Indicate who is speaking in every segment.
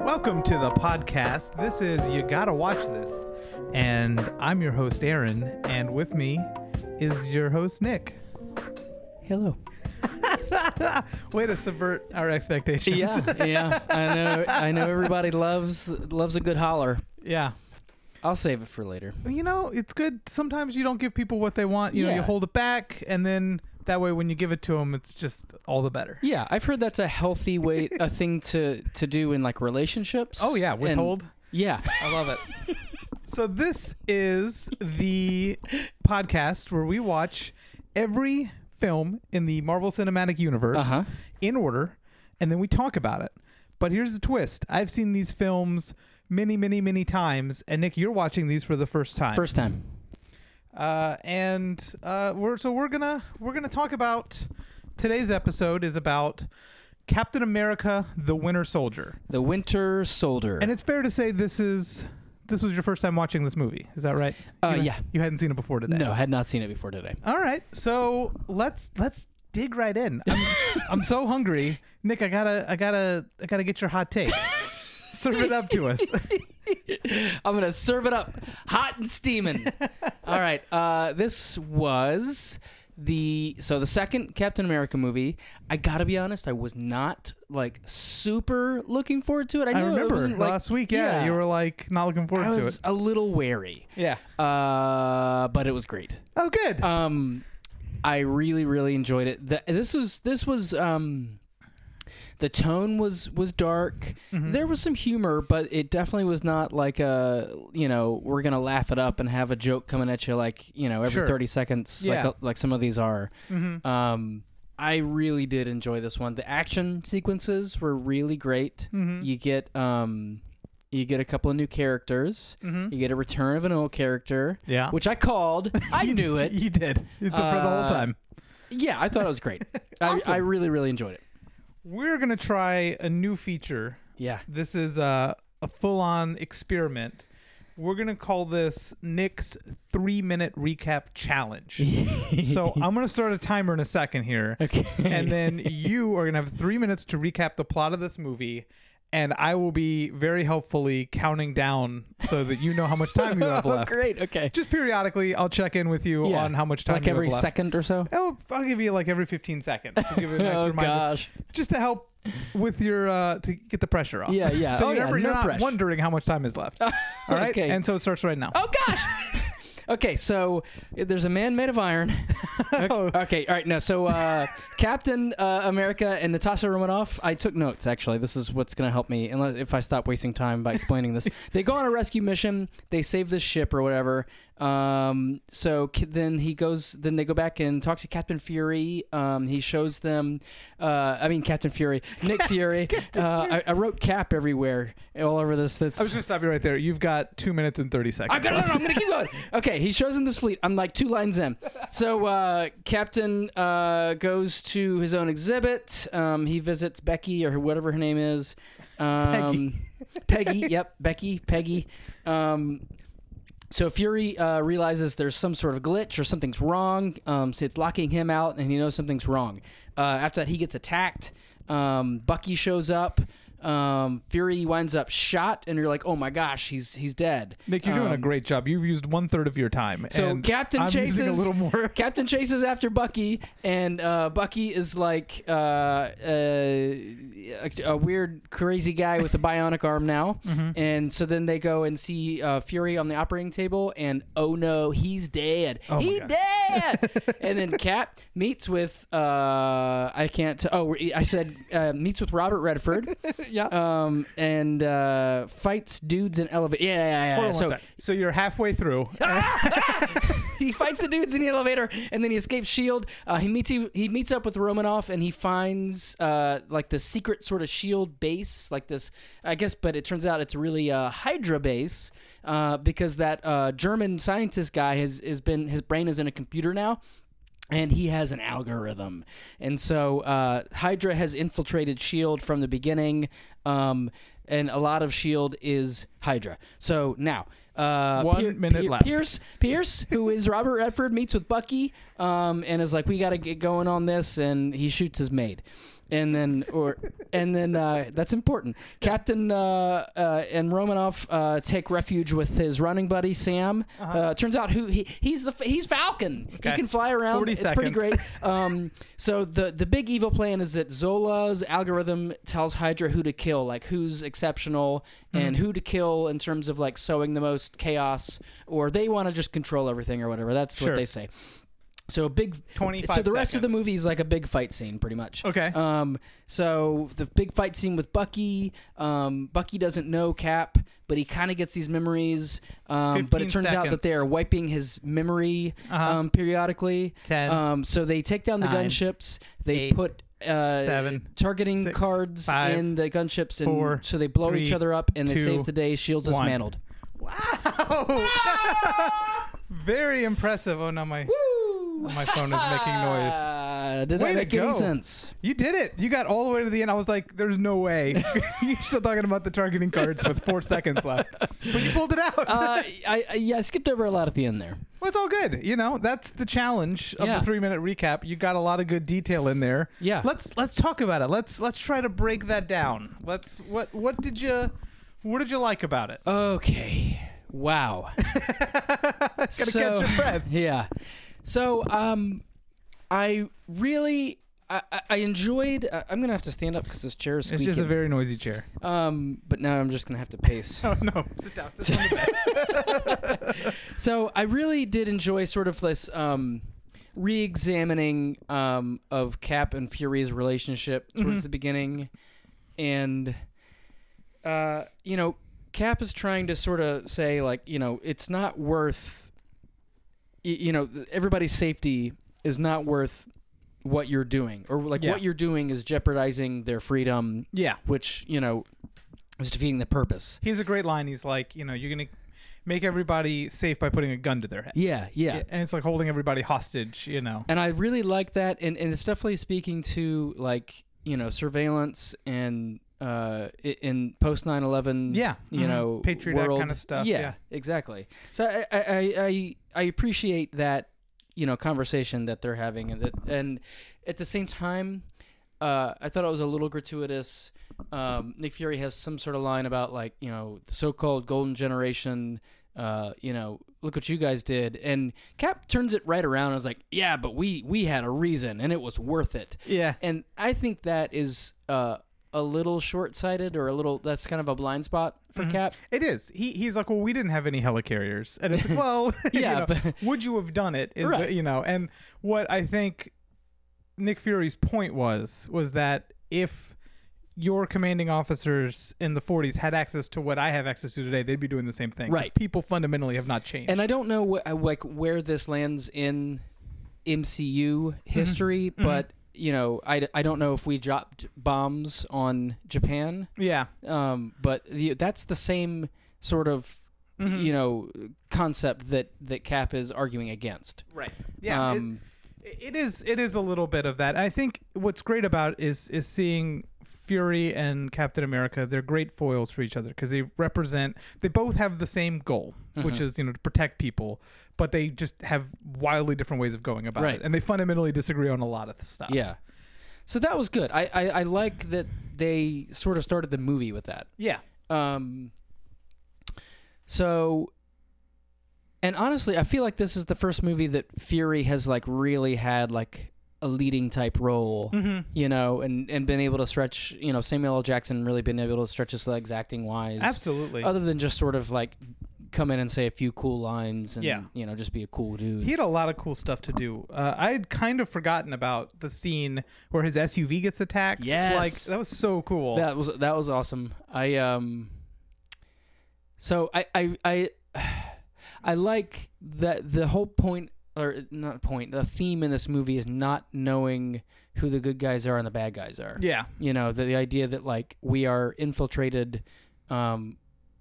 Speaker 1: Welcome to the podcast. This is You Gotta Watch This. And I'm your host, Aaron. And with me is your host, Nick.
Speaker 2: Hello.
Speaker 1: Way to subvert our expectations.
Speaker 2: Yeah, yeah. I know. I know. Everybody loves loves a good holler.
Speaker 1: yeah.
Speaker 2: I'll save it for later.
Speaker 1: You know, it's good. Sometimes you don't give people what they want. You know, you
Speaker 2: Yeah.
Speaker 1: hold it back. And then that way, when you give it to them, it's just all the better.
Speaker 2: Yeah, I've heard that's a healthy way, a thing to to do in like relationships.
Speaker 1: Oh, yeah.
Speaker 2: And-
Speaker 1: Withhold.
Speaker 2: yeah,
Speaker 1: I love it. so this is the podcast where we watch every film in the Marvel Cinematic Universe
Speaker 2: Uh-huh.
Speaker 1: in order, and then we talk about it. But here's the twist: I've seen these films many, many, many times, and Nick, you're watching these for the first time.
Speaker 2: first time.
Speaker 1: Uh, and uh, we're so we're gonna we're gonna talk about today's episode is about Captain America: The Winter Soldier.
Speaker 2: The Winter Soldier.
Speaker 1: And it's fair to say this is this was your first time watching this movie. Is that right?
Speaker 2: Uh,
Speaker 1: You-
Speaker 2: yeah.
Speaker 1: You hadn't seen it before today.
Speaker 2: no, I had not seen it before today.
Speaker 1: All right. So let's let's dig right in. I'm, I'm so hungry, Nick. I gotta I gotta I gotta get your hot take. Serve it up to us.
Speaker 2: I'm gonna serve it up hot and steaming. All right, uh, this was the so the second Captain America movie. I gotta be honest, I was not like super looking forward to it. I,
Speaker 1: I
Speaker 2: knew it
Speaker 1: remember
Speaker 2: wasn't, like-
Speaker 1: last week. Yeah, you were like not looking forward
Speaker 2: I
Speaker 1: to
Speaker 2: was
Speaker 1: it.
Speaker 2: a little wary,
Speaker 1: Yeah.
Speaker 2: uh, but it was great.
Speaker 1: Oh, good.
Speaker 2: Um, I really, really enjoyed it. The, this was this was um, the tone was was dark.
Speaker 1: Mm-hmm.
Speaker 2: There was some humor, but it definitely was not like a you know we're gonna laugh it up and have a joke coming at you like you know every
Speaker 1: Sure.
Speaker 2: thirty seconds
Speaker 1: Yeah. Mm-hmm.
Speaker 2: like like some of these are. Um, I really did enjoy this one. The action sequences were really great.
Speaker 1: Mm-hmm.
Speaker 2: You get um. You get a couple of new characters. You get a return of an old character,
Speaker 1: Mm-hmm. Yeah.
Speaker 2: which I called. I knew it.
Speaker 1: you did for the whole
Speaker 2: Uh,
Speaker 1: time.
Speaker 2: Yeah, I thought it was great.
Speaker 1: Awesome.
Speaker 2: I, I really, really enjoyed it.
Speaker 1: We're gonna try a new feature
Speaker 2: Yeah.
Speaker 1: This is a, a full on experiment. We're going to call this Nick's three minute recap challenge. so I'm going to start a timer in a second here.
Speaker 2: Okay.
Speaker 1: And then you are going to have three minutes to recap the plot of this movie. And I will be very helpfully counting down so that you know how much time you have
Speaker 2: oh,
Speaker 1: left.
Speaker 2: great. Okay.
Speaker 1: Just periodically, I'll check in with you
Speaker 2: Yeah.
Speaker 1: on how much time
Speaker 2: Like
Speaker 1: you have
Speaker 2: every
Speaker 1: left.
Speaker 2: second or so.
Speaker 1: Oh, I'll give you like every 15 seconds. So give it a nice
Speaker 2: oh
Speaker 1: reminder
Speaker 2: gosh.
Speaker 1: just to help with your uh to get the pressure off.
Speaker 2: Yeah, yeah.
Speaker 1: so
Speaker 2: Oh,
Speaker 1: you're,
Speaker 2: yeah,
Speaker 1: never,
Speaker 2: no
Speaker 1: you're not
Speaker 2: pressure.
Speaker 1: wondering how much time is left. All right,
Speaker 2: Okay.
Speaker 1: and so it starts right now.
Speaker 2: Oh gosh. okay, so uh, there's a man made of iron. Okay, okay, all right. No, so uh, Captain uh, America and Natasha Romanoff. I took notes actually. This is what's going to help me, unless if I stop wasting time by explaining this. they go on a rescue mission. They save this ship or whatever. Um, so ki- then he goes. Then they go back and talks to Captain Fury. Um, he shows them. Uh, I mean Captain Fury, Nick Fury. uh, I, I wrote Cap everywhere, all over this. That's
Speaker 1: I'm just gonna stop you right there. You've got two minutes and thirty seconds.
Speaker 2: I got no, no, I'm gonna keep going. Okay, he shows him this fleet. I'm like two lines in. So uh, Captain uh, goes to his own exhibit. Um, he visits Becky or whatever her name is. Um, Peggy. Yep, Becky. Peggy. Um, so Fury uh, realizes there's some sort of glitch or something's wrong. Um, so it's locking him out, and he knows something's wrong. Uh, after that, he gets attacked. Um, Bucky shows up. Um, Fury winds up shot, and you're like, "Oh my gosh, he's he's dead."
Speaker 1: Nick, you're doing a
Speaker 2: Um,
Speaker 1: great job. You've used one third of your time.
Speaker 2: So
Speaker 1: and
Speaker 2: Captain
Speaker 1: I'm
Speaker 2: chases
Speaker 1: using a little more.
Speaker 2: Captain chases after Bucky, and uh, Bucky is like uh, uh, a, a weird, crazy guy with a bionic arm now.
Speaker 1: Mm-hmm.
Speaker 2: And so then they go and see uh, Fury on the operating table, and oh no, he's dead.
Speaker 1: Oh my
Speaker 2: he
Speaker 1: God.
Speaker 2: dead. and then Cap meets with uh, I can't. T- oh, I said uh, meets with Robert Redford.
Speaker 1: yeah.
Speaker 2: Um and uh, fights dudes in elevator. Yeah, yeah, yeah.
Speaker 1: Hold on
Speaker 2: yeah.
Speaker 1: one
Speaker 2: So Uh,
Speaker 1: sec. so you're halfway through.
Speaker 2: he fights the dudes in the elevator, and then he escapes Shield. Uh, he meets he, he meets up with Romanoff, and he finds uh, like the secret sort of Shield E base, like this, I guess. But it turns out it's really a Hydra base uh, because that uh, German scientist guy has has been his brain is in a computer now. And he has an algorithm, E and so uh, Hydra has infiltrated Shield from the beginning. Um, and a lot of Shield is Hydra. So now, uh,
Speaker 1: One minute left.
Speaker 2: Pierce, Pierce, who is Robert Redford, meets with Bucky, um, and is like, "We got to get going on this," and he shoots his maid. And then, or and then uh, that's important. Captain uh, uh, and Romanoff uh, take refuge with his running buddy Sam. uh
Speaker 1: Uh-huh.
Speaker 2: turns out who he, he's the he's Falcon.
Speaker 1: Okay.
Speaker 2: He can fly around.
Speaker 1: 40
Speaker 2: it's
Speaker 1: seconds.
Speaker 2: pretty great. Um, so the the big evil plan is that Zola's algorithm tells Hydra who to kill, like who's exceptional and
Speaker 1: Mm-hmm.
Speaker 2: who to kill in terms of like sowing the most chaos, or they want to just control everything or whatever. That's
Speaker 1: Sure.
Speaker 2: what they say. So a big
Speaker 1: 25
Speaker 2: So the rest of the
Speaker 1: seconds.
Speaker 2: movie is like a big fight scene, pretty much.
Speaker 1: Okay.
Speaker 2: Um. So the big fight scene with Bucky. Um. Bucky doesn't know Cap, but he kind of gets these memories. Um. But
Speaker 1: 15
Speaker 2: it turns out
Speaker 1: seconds.
Speaker 2: that they are wiping his memory
Speaker 1: Uh-huh.
Speaker 2: um, periodically.
Speaker 1: 10,
Speaker 2: Um. So they take down the
Speaker 1: nine,
Speaker 2: gunships. They
Speaker 1: eight,
Speaker 2: put uh,
Speaker 1: seven,
Speaker 2: targeting
Speaker 1: six,
Speaker 2: cards
Speaker 1: five,
Speaker 2: in the gunships, and
Speaker 1: four,
Speaker 2: so they blow
Speaker 1: three,
Speaker 2: each other up, and
Speaker 1: two,
Speaker 2: they save the day. Shields
Speaker 1: one.
Speaker 2: dismantled.
Speaker 1: Wow! Oh. Very impressive. Oh, now my my phone is making noise.
Speaker 2: Uh, did
Speaker 1: Way
Speaker 2: that
Speaker 1: to
Speaker 2: make any
Speaker 1: go.
Speaker 2: sense?
Speaker 1: You did it. You got all the way to the end. I was like, "There's no way." You're still talking about the targeting cards with four seconds left, but you pulled it out.
Speaker 2: Uh, I, I yeah, I skipped over a lot at the end there.
Speaker 1: well, it's all good. You know, that's the challenge of
Speaker 2: Yeah.
Speaker 1: the three-minute recap. You got a lot of good detail in there.
Speaker 2: Yeah.
Speaker 1: Let's let's talk about it. Let's let's try to break that down. Let's what what did you what did you like about
Speaker 2: Oh,
Speaker 1: it?
Speaker 2: Okay. Wow.
Speaker 1: Gotta catch your breath.
Speaker 2: Yeah. So, um, I really, I, I- I enjoyed. I, I'm gonna have to stand up because this chair is
Speaker 1: It's
Speaker 2: squeaking.
Speaker 1: just a very noisy chair.
Speaker 2: um, but now I'm just gonna have to pace.
Speaker 1: Oh no! Sit down. Sit down.
Speaker 2: so I really did enjoy sort of this um, re-examining um, of Cap and Fury's relationship towards the beginning, and uh, you know, Cap is trying to sort of say like, you know, it's not worth, y- you know, th- everybody's safety is not worth what you're doing, or like
Speaker 1: Yeah.
Speaker 2: what you're doing is jeopardizing their freedom,
Speaker 1: yeah.
Speaker 2: which you know is defeating the purpose.
Speaker 1: He's a great line. He's like, you know, you're gonna make everybody safe by putting a gun to their head,
Speaker 2: Yeah, yeah.
Speaker 1: and it's like holding everybody hostage. You know,
Speaker 2: and I really like that, and, and it's definitely speaking to like you know surveillance and uh i- in post 9-11
Speaker 1: Yeah.
Speaker 2: you
Speaker 1: Mhm.
Speaker 2: know
Speaker 1: Patriot Act
Speaker 2: world.
Speaker 1: kinda stuff, yeah.
Speaker 2: exactly so I, I i i i appreciate that you know conversation that they're having and that, and at the same time uh i thought it was a little gratuitous um nick fury has some sort of line about like you know the so-called golden generation uh, you know, look what you guys did, and Cap turns it right around. and is like, yeah, but we we had a reason, and it was worth it.
Speaker 1: yeah,
Speaker 2: And I think that is uh, a little short sighted or a little, that's kind of a blind spot for
Speaker 1: Mm-hmm.
Speaker 2: Cap.
Speaker 1: it is. He he's like, well, we didn't have any helicarriers, and it's like, well, you
Speaker 2: Yeah,
Speaker 1: know,
Speaker 2: but-
Speaker 1: would you have done it? Is
Speaker 2: Right.
Speaker 1: the- you know, and what I think Nick Fury's point was was that if your commanding officers in the 40s had access to what I have access to today, they'd be doing the same thing. 'Cause
Speaker 2: Right.
Speaker 1: People fundamentally have not changed.
Speaker 2: And I don't know wh- like where this lands in MCU
Speaker 1: Mm-hmm.
Speaker 2: history, but, you know, I, d- I don't know if we dropped bombs on Japan,
Speaker 1: yeah.
Speaker 2: um, but the, that's the same sort of.
Speaker 1: Mm-hmm.
Speaker 2: You know, concept that that Cap is arguing against.
Speaker 1: Right. Yeah. it-
Speaker 2: Um,
Speaker 1: it is it is a little bit of that. I think what's great about it is is seeing Fury and Captain America. They're great foils for each other because they represent. They both have the same goal,
Speaker 2: Mm-hmm.
Speaker 1: which is you know to protect people, but they just have wildly different ways of going about
Speaker 2: Right.
Speaker 1: it, and they fundamentally disagree on a lot of stuff.
Speaker 2: Yeah. So that was good. I, I, I like that they sort of started the movie with that.
Speaker 1: Yeah.
Speaker 2: Um, so, and honestly, I feel like this is the first movie that Fury has like really had like a leading type role,
Speaker 1: Mm.
Speaker 2: you know, and, and been able to stretch, you know, Samuel L. Jackson really been able to stretch his legs acting wise.
Speaker 1: Absolutely.
Speaker 2: Other than just sort of like come in and say a few cool lines and,
Speaker 1: Yeah.
Speaker 2: you know, just be a cool dude.
Speaker 1: He had a lot of cool stuff to do. Uh, I had kind of forgotten about the scene where his SUV gets attacked.
Speaker 2: Yes.
Speaker 1: Like that was so cool.
Speaker 2: That was that was awesome. I um so I I I, I like that the whole point or not point, the theme in this movie is not knowing who the good guys are and the bad guys are.
Speaker 1: Yeah.
Speaker 2: You know, the, the idea that like we are infiltrated um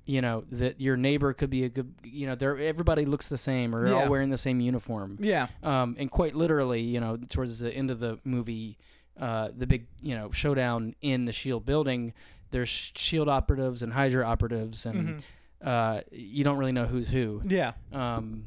Speaker 2: you know, that your neighbor could be a good you know, they're everybody looks the same or
Speaker 1: Yeah.
Speaker 2: all wearing the same uniform
Speaker 1: Yeah.
Speaker 2: um, and quite literally, you know, towards the end of the movie, uh, the big you know showdown in the Shield building, there's shield operatives and Hydra operatives, and
Speaker 1: Mm-hmm.
Speaker 2: uh, you don't really know who's who.
Speaker 1: Yeah.
Speaker 2: Um,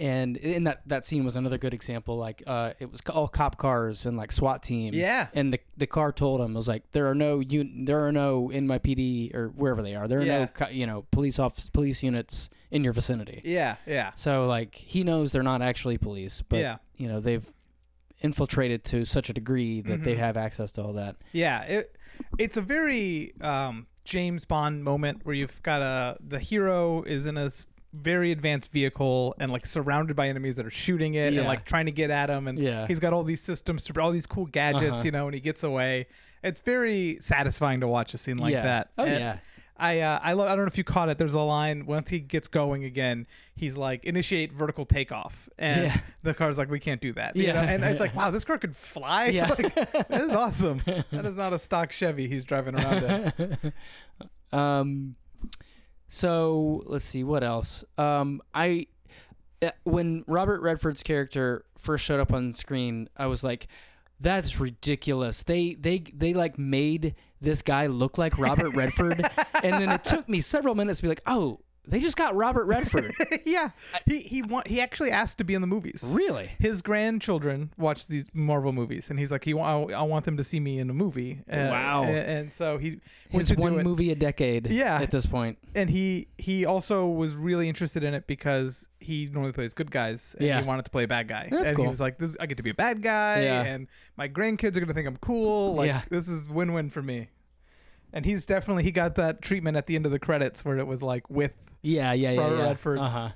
Speaker 2: and in that that scene was another good example. Like uh, it was all cop cars and like SWAT team.
Speaker 1: Yeah.
Speaker 2: And the the car told him was like there are no un- there are no in my PD or wherever they are there are
Speaker 1: Yeah.
Speaker 2: no co- you know police office police units in your vicinity.
Speaker 1: Yeah. Yeah.
Speaker 2: So like he knows they're not actually police, but
Speaker 1: Yeah.
Speaker 2: you know they've infiltrated to such a degree that
Speaker 1: Mm-hmm.
Speaker 2: they have access to all that.
Speaker 1: Yeah, it it's a very um, James Bond moment where you've got a the hero is in a s- very advanced vehicle and like surrounded by enemies that are shooting it and
Speaker 2: Yeah.
Speaker 1: like trying to get at him and
Speaker 2: Yeah.
Speaker 1: he's got all these systems to all these cool gadgets
Speaker 2: Uh-huh.
Speaker 1: you know and he gets away it's very satisfying to watch a scene like
Speaker 2: Yeah.
Speaker 1: that
Speaker 2: Oh,
Speaker 1: And
Speaker 2: yeah.
Speaker 1: I uh, I, lo- I don't know if you caught it there's a line once he gets going again he's like initiate vertical takeoff and
Speaker 2: Yeah.
Speaker 1: the car's like we can't do that you
Speaker 2: Yeah.
Speaker 1: know? and it's like wow this car could fly
Speaker 2: Yeah.
Speaker 1: like, that is awesome that is not a stock Chevy he's driving around in.
Speaker 2: um, so let's see what else. Um, I uh, when Robert Redford's character first showed up on screen, I was like, "That's ridiculous." They they they like made this guy look like Robert Redford, and then it took me several minutes to be like, "Oh, they just got Robert Redford."
Speaker 1: yeah, he he want, he actually asked to be in the movies.
Speaker 2: really?
Speaker 1: His grandchildren watch these Marvel movies, and he's like, he wa- I, I want them to see me in a movie. Uh,
Speaker 2: Wow.
Speaker 1: And, and so he went
Speaker 2: His
Speaker 1: to do
Speaker 2: one
Speaker 1: it.
Speaker 2: movie a decade.
Speaker 1: Yeah.
Speaker 2: At this point.
Speaker 1: and he he also was really interested in it because he normally plays good guys and
Speaker 2: Yeah.
Speaker 1: he wanted to play a bad guy
Speaker 2: That's
Speaker 1: and
Speaker 2: cool.
Speaker 1: he was like this i get to be a bad guy
Speaker 2: Yeah.
Speaker 1: and my grandkids are gonna think i'm cool like
Speaker 2: Yeah.
Speaker 1: this is win-win for me and he's definitely he got that treatment at the end of the credits where it was like with
Speaker 2: Yeah, yeah, yeah.
Speaker 1: Robert
Speaker 2: yeah.
Speaker 1: Redford.
Speaker 2: Uh huh.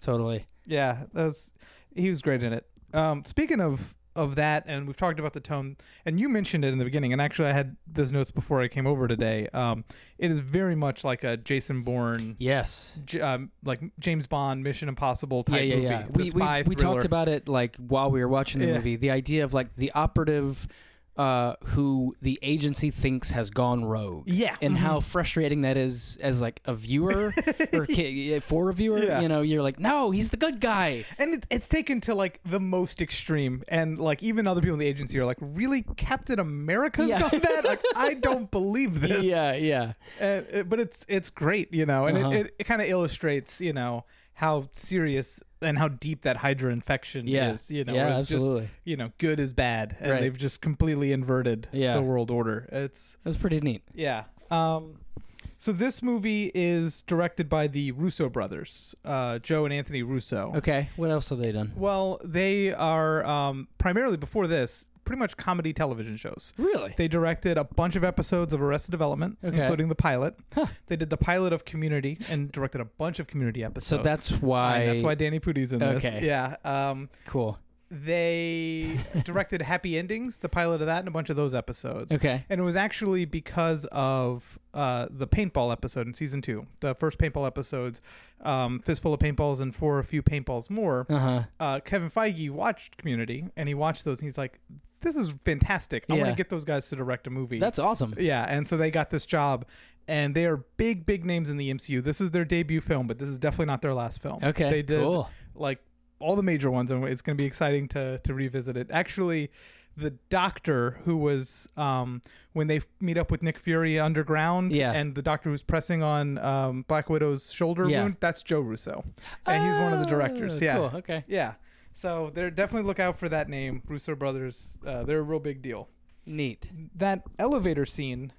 Speaker 2: Totally.
Speaker 1: yeah that was he was great in it um speaking of of that and we've talked about the tone and you mentioned it in the beginning and actually i had those notes before i came over today um it is very much like a jason bourne
Speaker 2: Yes.
Speaker 1: J- um, like James Bond, Mission Impossible type
Speaker 2: yeah, yeah,
Speaker 1: movie. the
Speaker 2: Yeah. We,
Speaker 1: spy
Speaker 2: we, we
Speaker 1: thriller.
Speaker 2: talked about it like while we were watching the
Speaker 1: Yeah.
Speaker 2: movie. The idea of like the operative uh, who the agency thinks has gone rogue.
Speaker 1: Yeah. Mm-hmm.
Speaker 2: And how frustrating that is as like a viewer or ki- for a viewer.
Speaker 1: Yeah.
Speaker 2: You know, you're like, no, he's the good guy.
Speaker 1: and it, it's taken to like the most extreme, and like even other people in the agency are like, "Really, Captain America's
Speaker 2: Yeah.
Speaker 1: done that? Like, I don't believe this."
Speaker 2: Yeah, yeah.
Speaker 1: Uh, it- but it's it's great, you know, and
Speaker 2: Uh-huh.
Speaker 1: it, it, it kind of illustrates, you know, how serious and how deep that Hydra infection
Speaker 2: Yeah.
Speaker 1: is. You know,
Speaker 2: Yeah,
Speaker 1: where it's just,
Speaker 2: absolutely.
Speaker 1: you know, good is bad, and
Speaker 2: Right.
Speaker 1: they've just completely inverted
Speaker 2: Yeah.
Speaker 1: the world order. It's
Speaker 2: That was pretty neat.
Speaker 1: Yeah. Um, so this movie is directed by the Russo brothers, uh, Joe and Anthony Russo.
Speaker 2: Okay. What else have they done?
Speaker 1: Well, they are um, primarily before this pretty much comedy television shows.
Speaker 2: Really?
Speaker 1: They directed a bunch of episodes of Arrested Development,
Speaker 2: Okay.
Speaker 1: including the pilot.
Speaker 2: Huh.
Speaker 1: They did the pilot of Community and directed a bunch of Community
Speaker 2: so
Speaker 1: episodes.
Speaker 2: that's why.
Speaker 1: And that's why Danny Pudi's in this.
Speaker 2: Okay.
Speaker 1: Yeah. Um,
Speaker 2: Cool.
Speaker 1: they directed Happy Endings, the pilot of that, and a bunch of those episodes.
Speaker 2: Okay.
Speaker 1: And it was actually because of uh, the paintball episode in season two, the first paintball episodes, um, fistful of paintballs and for a few paintballs more.
Speaker 2: Uh huh.
Speaker 1: Uh, Kevin Feige watched Community and he watched those and he's like, "This is fantastic! I want
Speaker 2: Yeah.
Speaker 1: to get those guys to direct a movie."
Speaker 2: That's awesome.
Speaker 1: yeah, and so they got this job, and they are big, big names in the MCU. This is their debut film, but this is definitely not their last film.
Speaker 2: Okay.
Speaker 1: they did
Speaker 2: Cool.
Speaker 1: like all the major ones, and it's going to be exciting to to revisit it. Actually, the Doctor who was um, when they meet up with Nick Fury underground,
Speaker 2: Yeah.
Speaker 1: and the Doctor who's pressing on um, Black Widow's shoulder
Speaker 2: Yeah.
Speaker 1: wound, that's Joe Russo, and he's one of the directors.
Speaker 2: Oh,
Speaker 1: Yeah,
Speaker 2: Cool. Okay.
Speaker 1: yeah. So they're definitely look out for that name, Russo brothers. Uh, they're a real big deal.
Speaker 2: Neat.
Speaker 1: That elevator scene.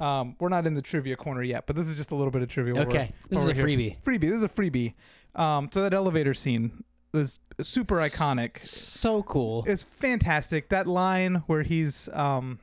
Speaker 1: Um, we're not in the trivia corner yet, but this is just a little bit of trivia. while we're-
Speaker 2: Okay. This
Speaker 1: while
Speaker 2: is
Speaker 1: we're
Speaker 2: a
Speaker 1: here
Speaker 2: freebie.
Speaker 1: freebie. This is a freebie. Um, so that elevator scene was super iconic.
Speaker 2: So cool.
Speaker 1: It's fantastic. That line where he's, um,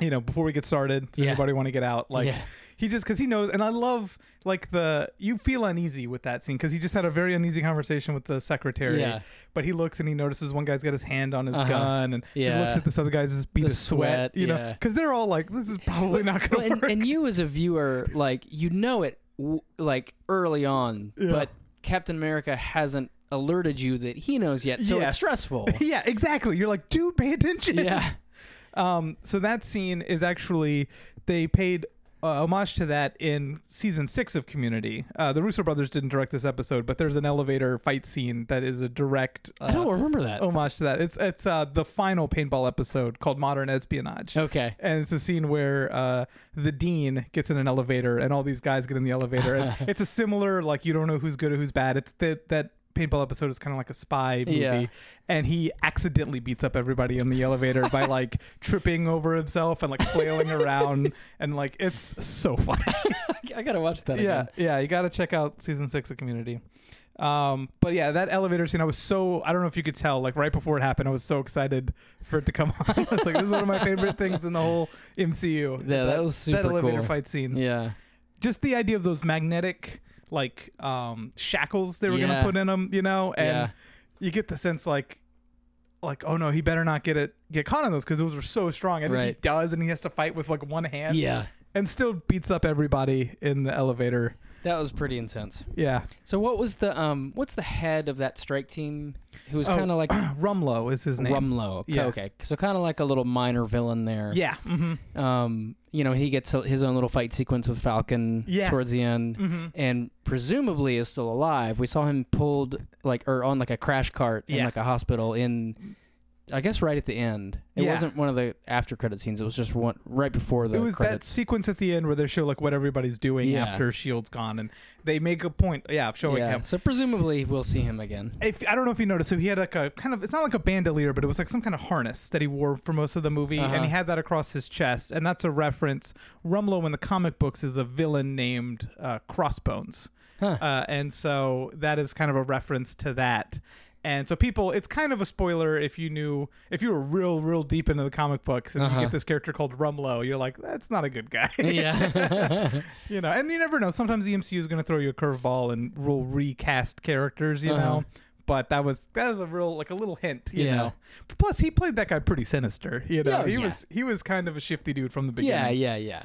Speaker 1: you know, before we get started, does
Speaker 2: Yeah.
Speaker 1: anybody want to get out? Like
Speaker 2: Yeah.
Speaker 1: he just because he knows, and I love like the you feel uneasy with that scene because he just had a very uneasy conversation with the secretary.
Speaker 2: Yeah.
Speaker 1: But he looks and he notices one guy's got his hand on his
Speaker 2: Uh-huh.
Speaker 1: gun, and he looks
Speaker 2: Yeah.
Speaker 1: at this other guy's just beat
Speaker 2: The
Speaker 1: of sweat.
Speaker 2: sweat,
Speaker 1: You know,
Speaker 2: yeah.
Speaker 1: because they're all like, this is probably not going
Speaker 2: Well,
Speaker 1: to
Speaker 2: and,
Speaker 1: work.
Speaker 2: and you as a viewer, like you know it, w- like early on, but Captain America hasn't alerted you that he knows yet, so
Speaker 1: Yes.
Speaker 2: it's stressful.
Speaker 1: yeah, exactly. You're like, dude, pay attention.
Speaker 2: yeah,
Speaker 1: Um, so that scene is actually they paid uh, homage to that in season six of Community. Uh, the Russo brothers didn't direct this episode, but there's an elevator fight scene that is a direct uh,
Speaker 2: I don't remember that.
Speaker 1: homage to that. It's it's uh, the final paintball episode called Modern Espionage.
Speaker 2: Okay.
Speaker 1: And it's a scene where uh, the dean gets in an elevator, and all these guys get in the elevator. And it's a similar like you don't know who's good or who's bad. It's that that paintball episode is kind of like a spy movie,
Speaker 2: Yeah.
Speaker 1: and he accidentally beats up everybody in the elevator by like tripping over himself and like flailing around, and like it's so funny.
Speaker 2: I gotta watch that.
Speaker 1: yeah,
Speaker 2: Again.
Speaker 1: yeah, you got to check out season six of Community. Um, but yeah, that elevator scene, I was so I don't know if you could tell, like right before it happened, I was so excited for it to come on. it's like this is one of my favorite things in the whole MCU.
Speaker 2: Yeah, that was
Speaker 1: that
Speaker 2: super
Speaker 1: elevator
Speaker 2: cool.
Speaker 1: fight scene.
Speaker 2: Yeah.
Speaker 1: Just the idea of those magnetic like um shackles they were gonna
Speaker 2: Yeah.
Speaker 1: put in him, you know, and
Speaker 2: Yeah.
Speaker 1: you get the sense like like oh no, he better not get it get caught on those because those are so strong. And he
Speaker 2: Right.
Speaker 1: does, and he has to fight with like one hand,
Speaker 2: Yeah.
Speaker 1: and still beats up everybody in the elevator.
Speaker 2: That was pretty intense.
Speaker 1: Yeah.
Speaker 2: So what was the um what's the head of that strike team who was
Speaker 1: Oh,
Speaker 2: kind of like
Speaker 1: Rumlow is his name.
Speaker 2: Rumlow. Okay,
Speaker 1: Yeah.
Speaker 2: okay. So kind of like a little minor villain there.
Speaker 1: Yeah. Mm-hmm.
Speaker 2: Um, you know, he gets a- his own little fight sequence with Falcon
Speaker 1: Yeah.
Speaker 2: towards the end
Speaker 1: Mm-hmm.
Speaker 2: and presumably is still alive. We saw him pulled like or on like a crash cart in
Speaker 1: Yeah.
Speaker 2: like a hospital in I guess right at the end. It
Speaker 1: Yeah.
Speaker 2: wasn't one of the after credit scenes. It was just one right before the
Speaker 1: It was that
Speaker 2: credits.
Speaker 1: sequence at the end where they show like what everybody's doing
Speaker 2: Yeah.
Speaker 1: after Shield's gone, and they make a point, yeah, of showing
Speaker 2: yeah.
Speaker 1: him.
Speaker 2: So presumably we'll see him again.
Speaker 1: If I don't know if you noticed, so he had like a kind of it's not like a bandolier, but it was like some kind of harness that he wore for most of the movie,
Speaker 2: Uh-huh.
Speaker 1: and he had that across his chest, and that's a reference. Rumlow in the comic books is a villain named uh, Crossbones,
Speaker 2: Huh.
Speaker 1: uh, and so that is kind of a reference to that. And so people, it's kind of a spoiler if you knew if you were real, real deep into the comic books and
Speaker 2: Uh-huh.
Speaker 1: you get this character called Rumlow, you're like, that's not a good guy.
Speaker 2: yeah.
Speaker 1: you know, and you never know. Sometimes the MCU is going to throw you a curveball and will recast characters, you
Speaker 2: Uh-huh.
Speaker 1: know. But that was that was a real like a little hint, you
Speaker 2: Yeah. Oh,
Speaker 1: know. Plus, he played that guy pretty sinister, you know.
Speaker 2: Yeah,
Speaker 1: he
Speaker 2: yeah.
Speaker 1: was he was kind of a shifty dude from the beginning.
Speaker 2: Yeah, yeah, yeah.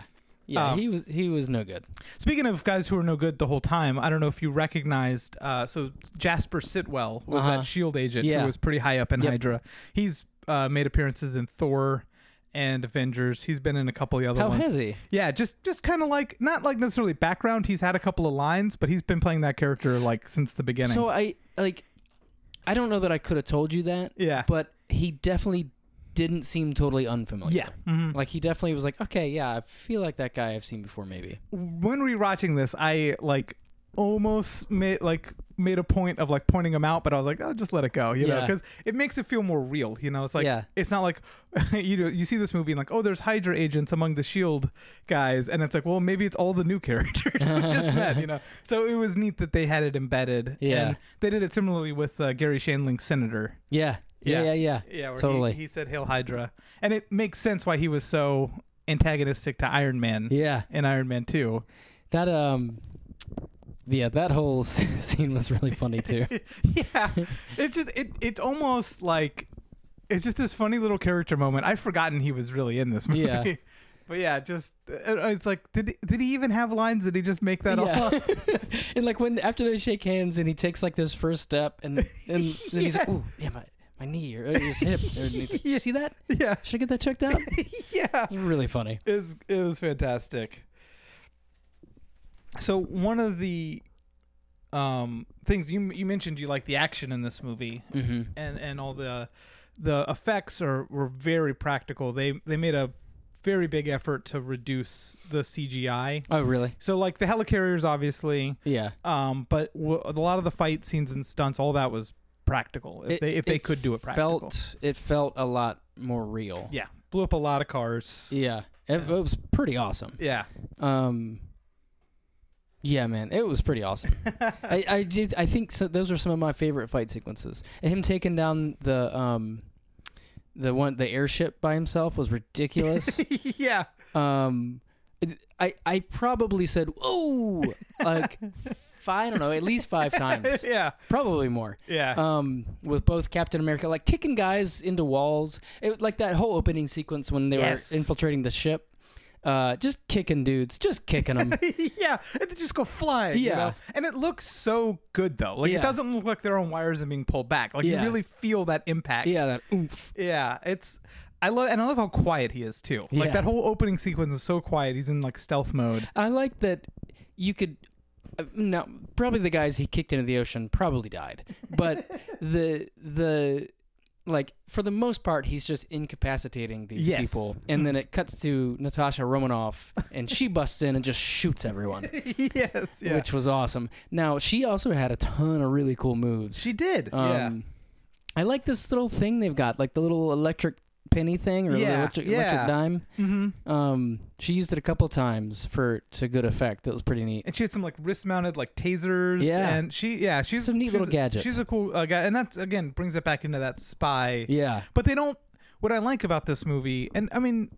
Speaker 2: Yeah,
Speaker 1: Um,
Speaker 2: he was he was no good.
Speaker 1: Speaking of guys who are no good the whole time, I don't know if you recognized. Uh, so Jasper Sitwell was
Speaker 2: Uh-huh.
Speaker 1: that Shield E agent
Speaker 2: Yeah.
Speaker 1: who was pretty high up in
Speaker 2: Yep.
Speaker 1: Hydra. He's uh, made appearances in Thor and Avengers. He's been in a couple of the other
Speaker 2: How
Speaker 1: ones.
Speaker 2: has he?
Speaker 1: Yeah, just just kind of like not like necessarily background. He's had a couple of lines, but he's been playing that character like since the beginning.
Speaker 2: So I like I don't know that I could have told you that,
Speaker 1: yeah,
Speaker 2: but he definitely didn't seem totally unfamiliar.
Speaker 1: yeah. Mhm.
Speaker 2: Like he definitely was like, okay, yeah, I feel like that guy I've seen before, maybe.
Speaker 1: when rewatching this, I like almost made like made a point of like pointing him out, but I was like, oh, just let it go, you know,
Speaker 2: Yeah.
Speaker 1: because it makes it feel more real. You know, it's like
Speaker 2: Yeah.
Speaker 1: it's not like you know you see this movie and like oh, there's Hydra agents among the Shield E guys, and it's like well maybe it's all the new characters we just met, you know. So it was neat that they had it embedded.
Speaker 2: Yeah.
Speaker 1: and they did it similarly with uh, Gary Shandling's Senator.
Speaker 2: Yeah, yeah,
Speaker 1: Yeah.
Speaker 2: yeah, yeah.
Speaker 1: Yeah, where
Speaker 2: Totally.
Speaker 1: He, he said Hail Hydra. And it makes sense why he was so antagonistic to Iron Man
Speaker 2: Yeah,
Speaker 1: in Iron Man 2.
Speaker 2: that um, yeah, that whole scene was really funny too.
Speaker 1: yeah. It just it it's almost like it's just this funny little character moment. I've forgotten he was really in this movie.
Speaker 2: Yeah.
Speaker 1: But yeah, just it- it's like did did he even have lines? Did he just make that up?
Speaker 2: Yeah. and like when after they shake hands and he takes like this first step and and then he's like,
Speaker 1: Yeah.
Speaker 2: ooh, yeah, my my knee or, or his hip. Or, and he's like, You see that?
Speaker 1: Yeah.
Speaker 2: Should I get that checked out?
Speaker 1: yeah.
Speaker 2: really funny.
Speaker 1: it was, it was fantastic. So one of the um, things you you mentioned you like the action in this movie
Speaker 2: Mm-hmm.
Speaker 1: and and all the the effects are were very practical. They they made a very big effort to reduce the CGI.
Speaker 2: Oh, really?
Speaker 1: So like the helicarriers obviously
Speaker 2: Yeah.
Speaker 1: um but w- a lot of the fight scenes and stunts all that was practical. If they if they could do it practical.
Speaker 2: felt it felt a lot more real.
Speaker 1: yeah. Blew up a lot of cars.
Speaker 2: Yeah, it, it was pretty awesome.
Speaker 1: Yeah.
Speaker 2: Um, yeah, man, it was pretty awesome. I I, did, I think so, those are some of my favorite fight sequences. And him taking down the um, the one the airship by himself was ridiculous.
Speaker 1: yeah.
Speaker 2: um, it- I I probably said whoa like five I don't know at least five times
Speaker 1: Yeah.
Speaker 2: probably more.
Speaker 1: Yeah.
Speaker 2: um, with both Captain America, like kicking guys into walls, it, like that whole opening sequence when they
Speaker 1: Yes.
Speaker 2: were infiltrating the ship, uh, just kicking dudes, just kicking them.
Speaker 1: yeah, and they just go flying. you
Speaker 2: Yeah.
Speaker 1: know? and it looks so good though. Like
Speaker 2: Yeah.
Speaker 1: it doesn't look like they're on wires and being pulled back. Like
Speaker 2: Yeah.
Speaker 1: you really feel that impact.
Speaker 2: yeah, that oomph.
Speaker 1: yeah. It's I love and I love how quiet he is too. Like
Speaker 2: Yeah.
Speaker 1: that whole opening sequence is so quiet. He's in like stealth mode.
Speaker 2: I like that you could. uh, No, probably the guys he kicked into the ocean probably died, but the the like for the most part he's just incapacitating these
Speaker 1: Yes. Mm-hmm.
Speaker 2: people, and then it cuts to Natasha Romanoff, and she busts in and just shoots everyone,
Speaker 1: yes, yeah.
Speaker 2: which was awesome. Now she also had a ton of really cool moves.
Speaker 1: she did. yeah.
Speaker 2: Um, I like this little thing they've got, like the little electric penny thing or the
Speaker 1: Yeah,
Speaker 2: electric,
Speaker 1: yeah.
Speaker 2: electric dime.
Speaker 1: Mm-hmm.
Speaker 2: Um, she used it a couple times for to good effect. That was pretty neat.
Speaker 1: And she had some like wrist mounted like tasers.
Speaker 2: Yeah.
Speaker 1: And she yeah, she's
Speaker 2: Some neat
Speaker 1: she's-
Speaker 2: little gadgets.
Speaker 1: She's a cool uh, guy. And that's again brings it back into that spy.
Speaker 2: Yeah.
Speaker 1: But they don't what I like about this movie and I mean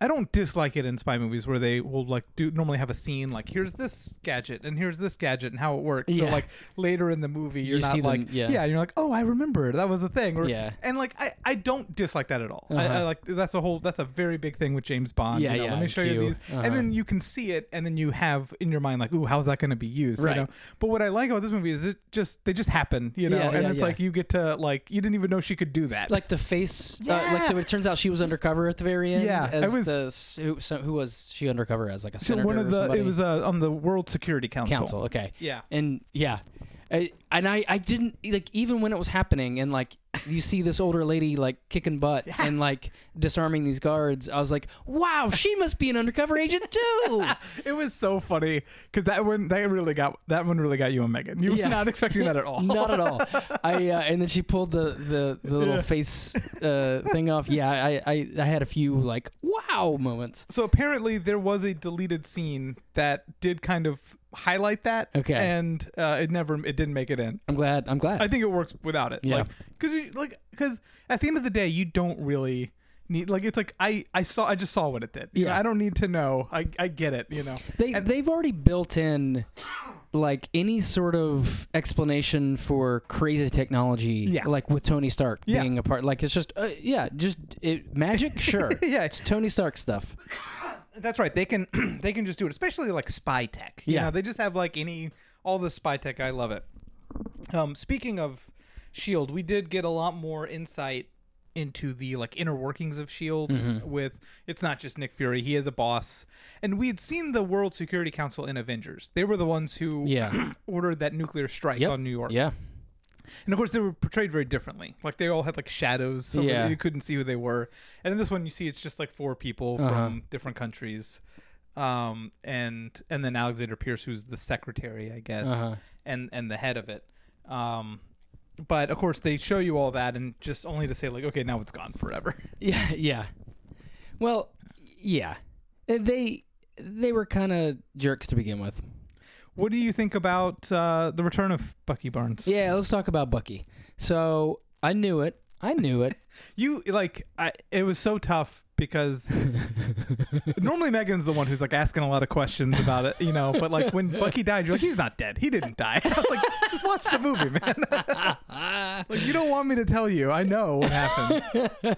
Speaker 1: I don't dislike it in spy movies where they will like do normally have a scene like here's this gadget and here's this gadget and how it works. So
Speaker 2: Yeah.
Speaker 1: like later in the movie you're
Speaker 2: You
Speaker 1: not
Speaker 2: see them,
Speaker 1: like
Speaker 2: yeah.
Speaker 1: you're like oh I remember that was the thing or,
Speaker 2: Yeah.
Speaker 1: and like I, I don't dislike that at all. I,
Speaker 2: Uh-huh.
Speaker 1: I like that's a whole that's a very big thing with James Bond.
Speaker 2: Yeah,
Speaker 1: you know,
Speaker 2: yeah,
Speaker 1: Let me
Speaker 2: and
Speaker 1: show you
Speaker 2: Q.
Speaker 1: these
Speaker 2: Uh-huh.
Speaker 1: and then you can see it and then you have in your mind like ooh how's that going to be used
Speaker 2: Right.
Speaker 1: you know but what i like about this movie is it just they just happen you know
Speaker 2: Yeah,
Speaker 1: and
Speaker 2: yeah,
Speaker 1: it's
Speaker 2: yeah.
Speaker 1: like you get to like you didn't even know she could do that
Speaker 2: Like the face, uh, like
Speaker 1: Yeah.
Speaker 2: so. It turns out she was undercover at the very end.
Speaker 1: Yeah,
Speaker 2: as
Speaker 1: I was-
Speaker 2: the s- who, so, who was she undercover as? Like a
Speaker 1: so
Speaker 2: senator
Speaker 1: one of
Speaker 2: or
Speaker 1: the
Speaker 2: somebody?
Speaker 1: it was uh, on the world security council,
Speaker 2: council. Okay,
Speaker 1: yeah
Speaker 2: and yeah, I, and I I didn't like even when it was happening and like you see this older lady like kicking butt and like disarming these guards. I was like, wow, she must be an undercover agent too.
Speaker 1: it was so funny because that one that really got that one really got you and megan you
Speaker 2: Yeah.
Speaker 1: were not expecting that at all
Speaker 2: Not at all. I uh, and then she pulled the the, the little face uh, thing off. Yeah, I, I I had a few like wow moments.
Speaker 1: so apparently there was a deleted scene that did kind of highlight that
Speaker 2: Okay.
Speaker 1: and uh, it never it didn't make it in
Speaker 2: I'm glad. I'm glad.
Speaker 1: I think it works without it.
Speaker 2: Yeah.
Speaker 1: Like, cause you, like, cause at the end of the day, you don't really need like it's like I I saw I just saw what it did. You know,
Speaker 2: Yeah.
Speaker 1: I don't need to know. I I get it. You know.
Speaker 2: They they've already built in like any sort of explanation for crazy technology,
Speaker 1: Yeah.
Speaker 2: like with Tony Stark
Speaker 1: Yeah.
Speaker 2: being a part. Like it's just uh, yeah, just it, magic. Sure,
Speaker 1: Yeah.
Speaker 2: it's Tony Stark stuff.
Speaker 1: That's right. They can they can just do it, especially like spy tech. You
Speaker 2: Yeah.
Speaker 1: know, they just have like any all the spy tech. I love it. Um, speaking of Shield, E we did get a lot more insight into the like inner workings of Shield. E
Speaker 2: Mm-hmm.
Speaker 1: With it's not just Nick Fury; he is a boss, and we had seen the World Security Council in Avengers. They were the ones who
Speaker 2: Yeah.
Speaker 1: ordered that nuclear strike
Speaker 2: Yep.
Speaker 1: on New York.
Speaker 2: Yeah,
Speaker 1: And of course, they were portrayed very differently. Like they all had like shadows, so
Speaker 2: Yeah.
Speaker 1: you couldn't see who they were. And in this one, you see it's just like four people
Speaker 2: Uh-huh.
Speaker 1: from different countries, um, and and then Alexander Pierce, who's the secretary, I guess,
Speaker 2: Uh-huh.
Speaker 1: and and the head of it. Um, but of course, they show you all that, and just only to say like, okay, now it's gone forever.
Speaker 2: yeah, yeah. Well, yeah, Uh, they they were kind of jerks to begin with.
Speaker 1: what do you think about uh, the return of Bucky Barnes?
Speaker 2: Yeah, let's talk about Bucky. So I knew it. I knew it.
Speaker 1: You like I, it was so tough because normally Megan's the one who's like asking a lot of questions about it, you know. But like when Bucky died, you're like, he's not dead. He didn't die. I was like, just watch the movie, man. like you don't want me to tell you. I know what happened.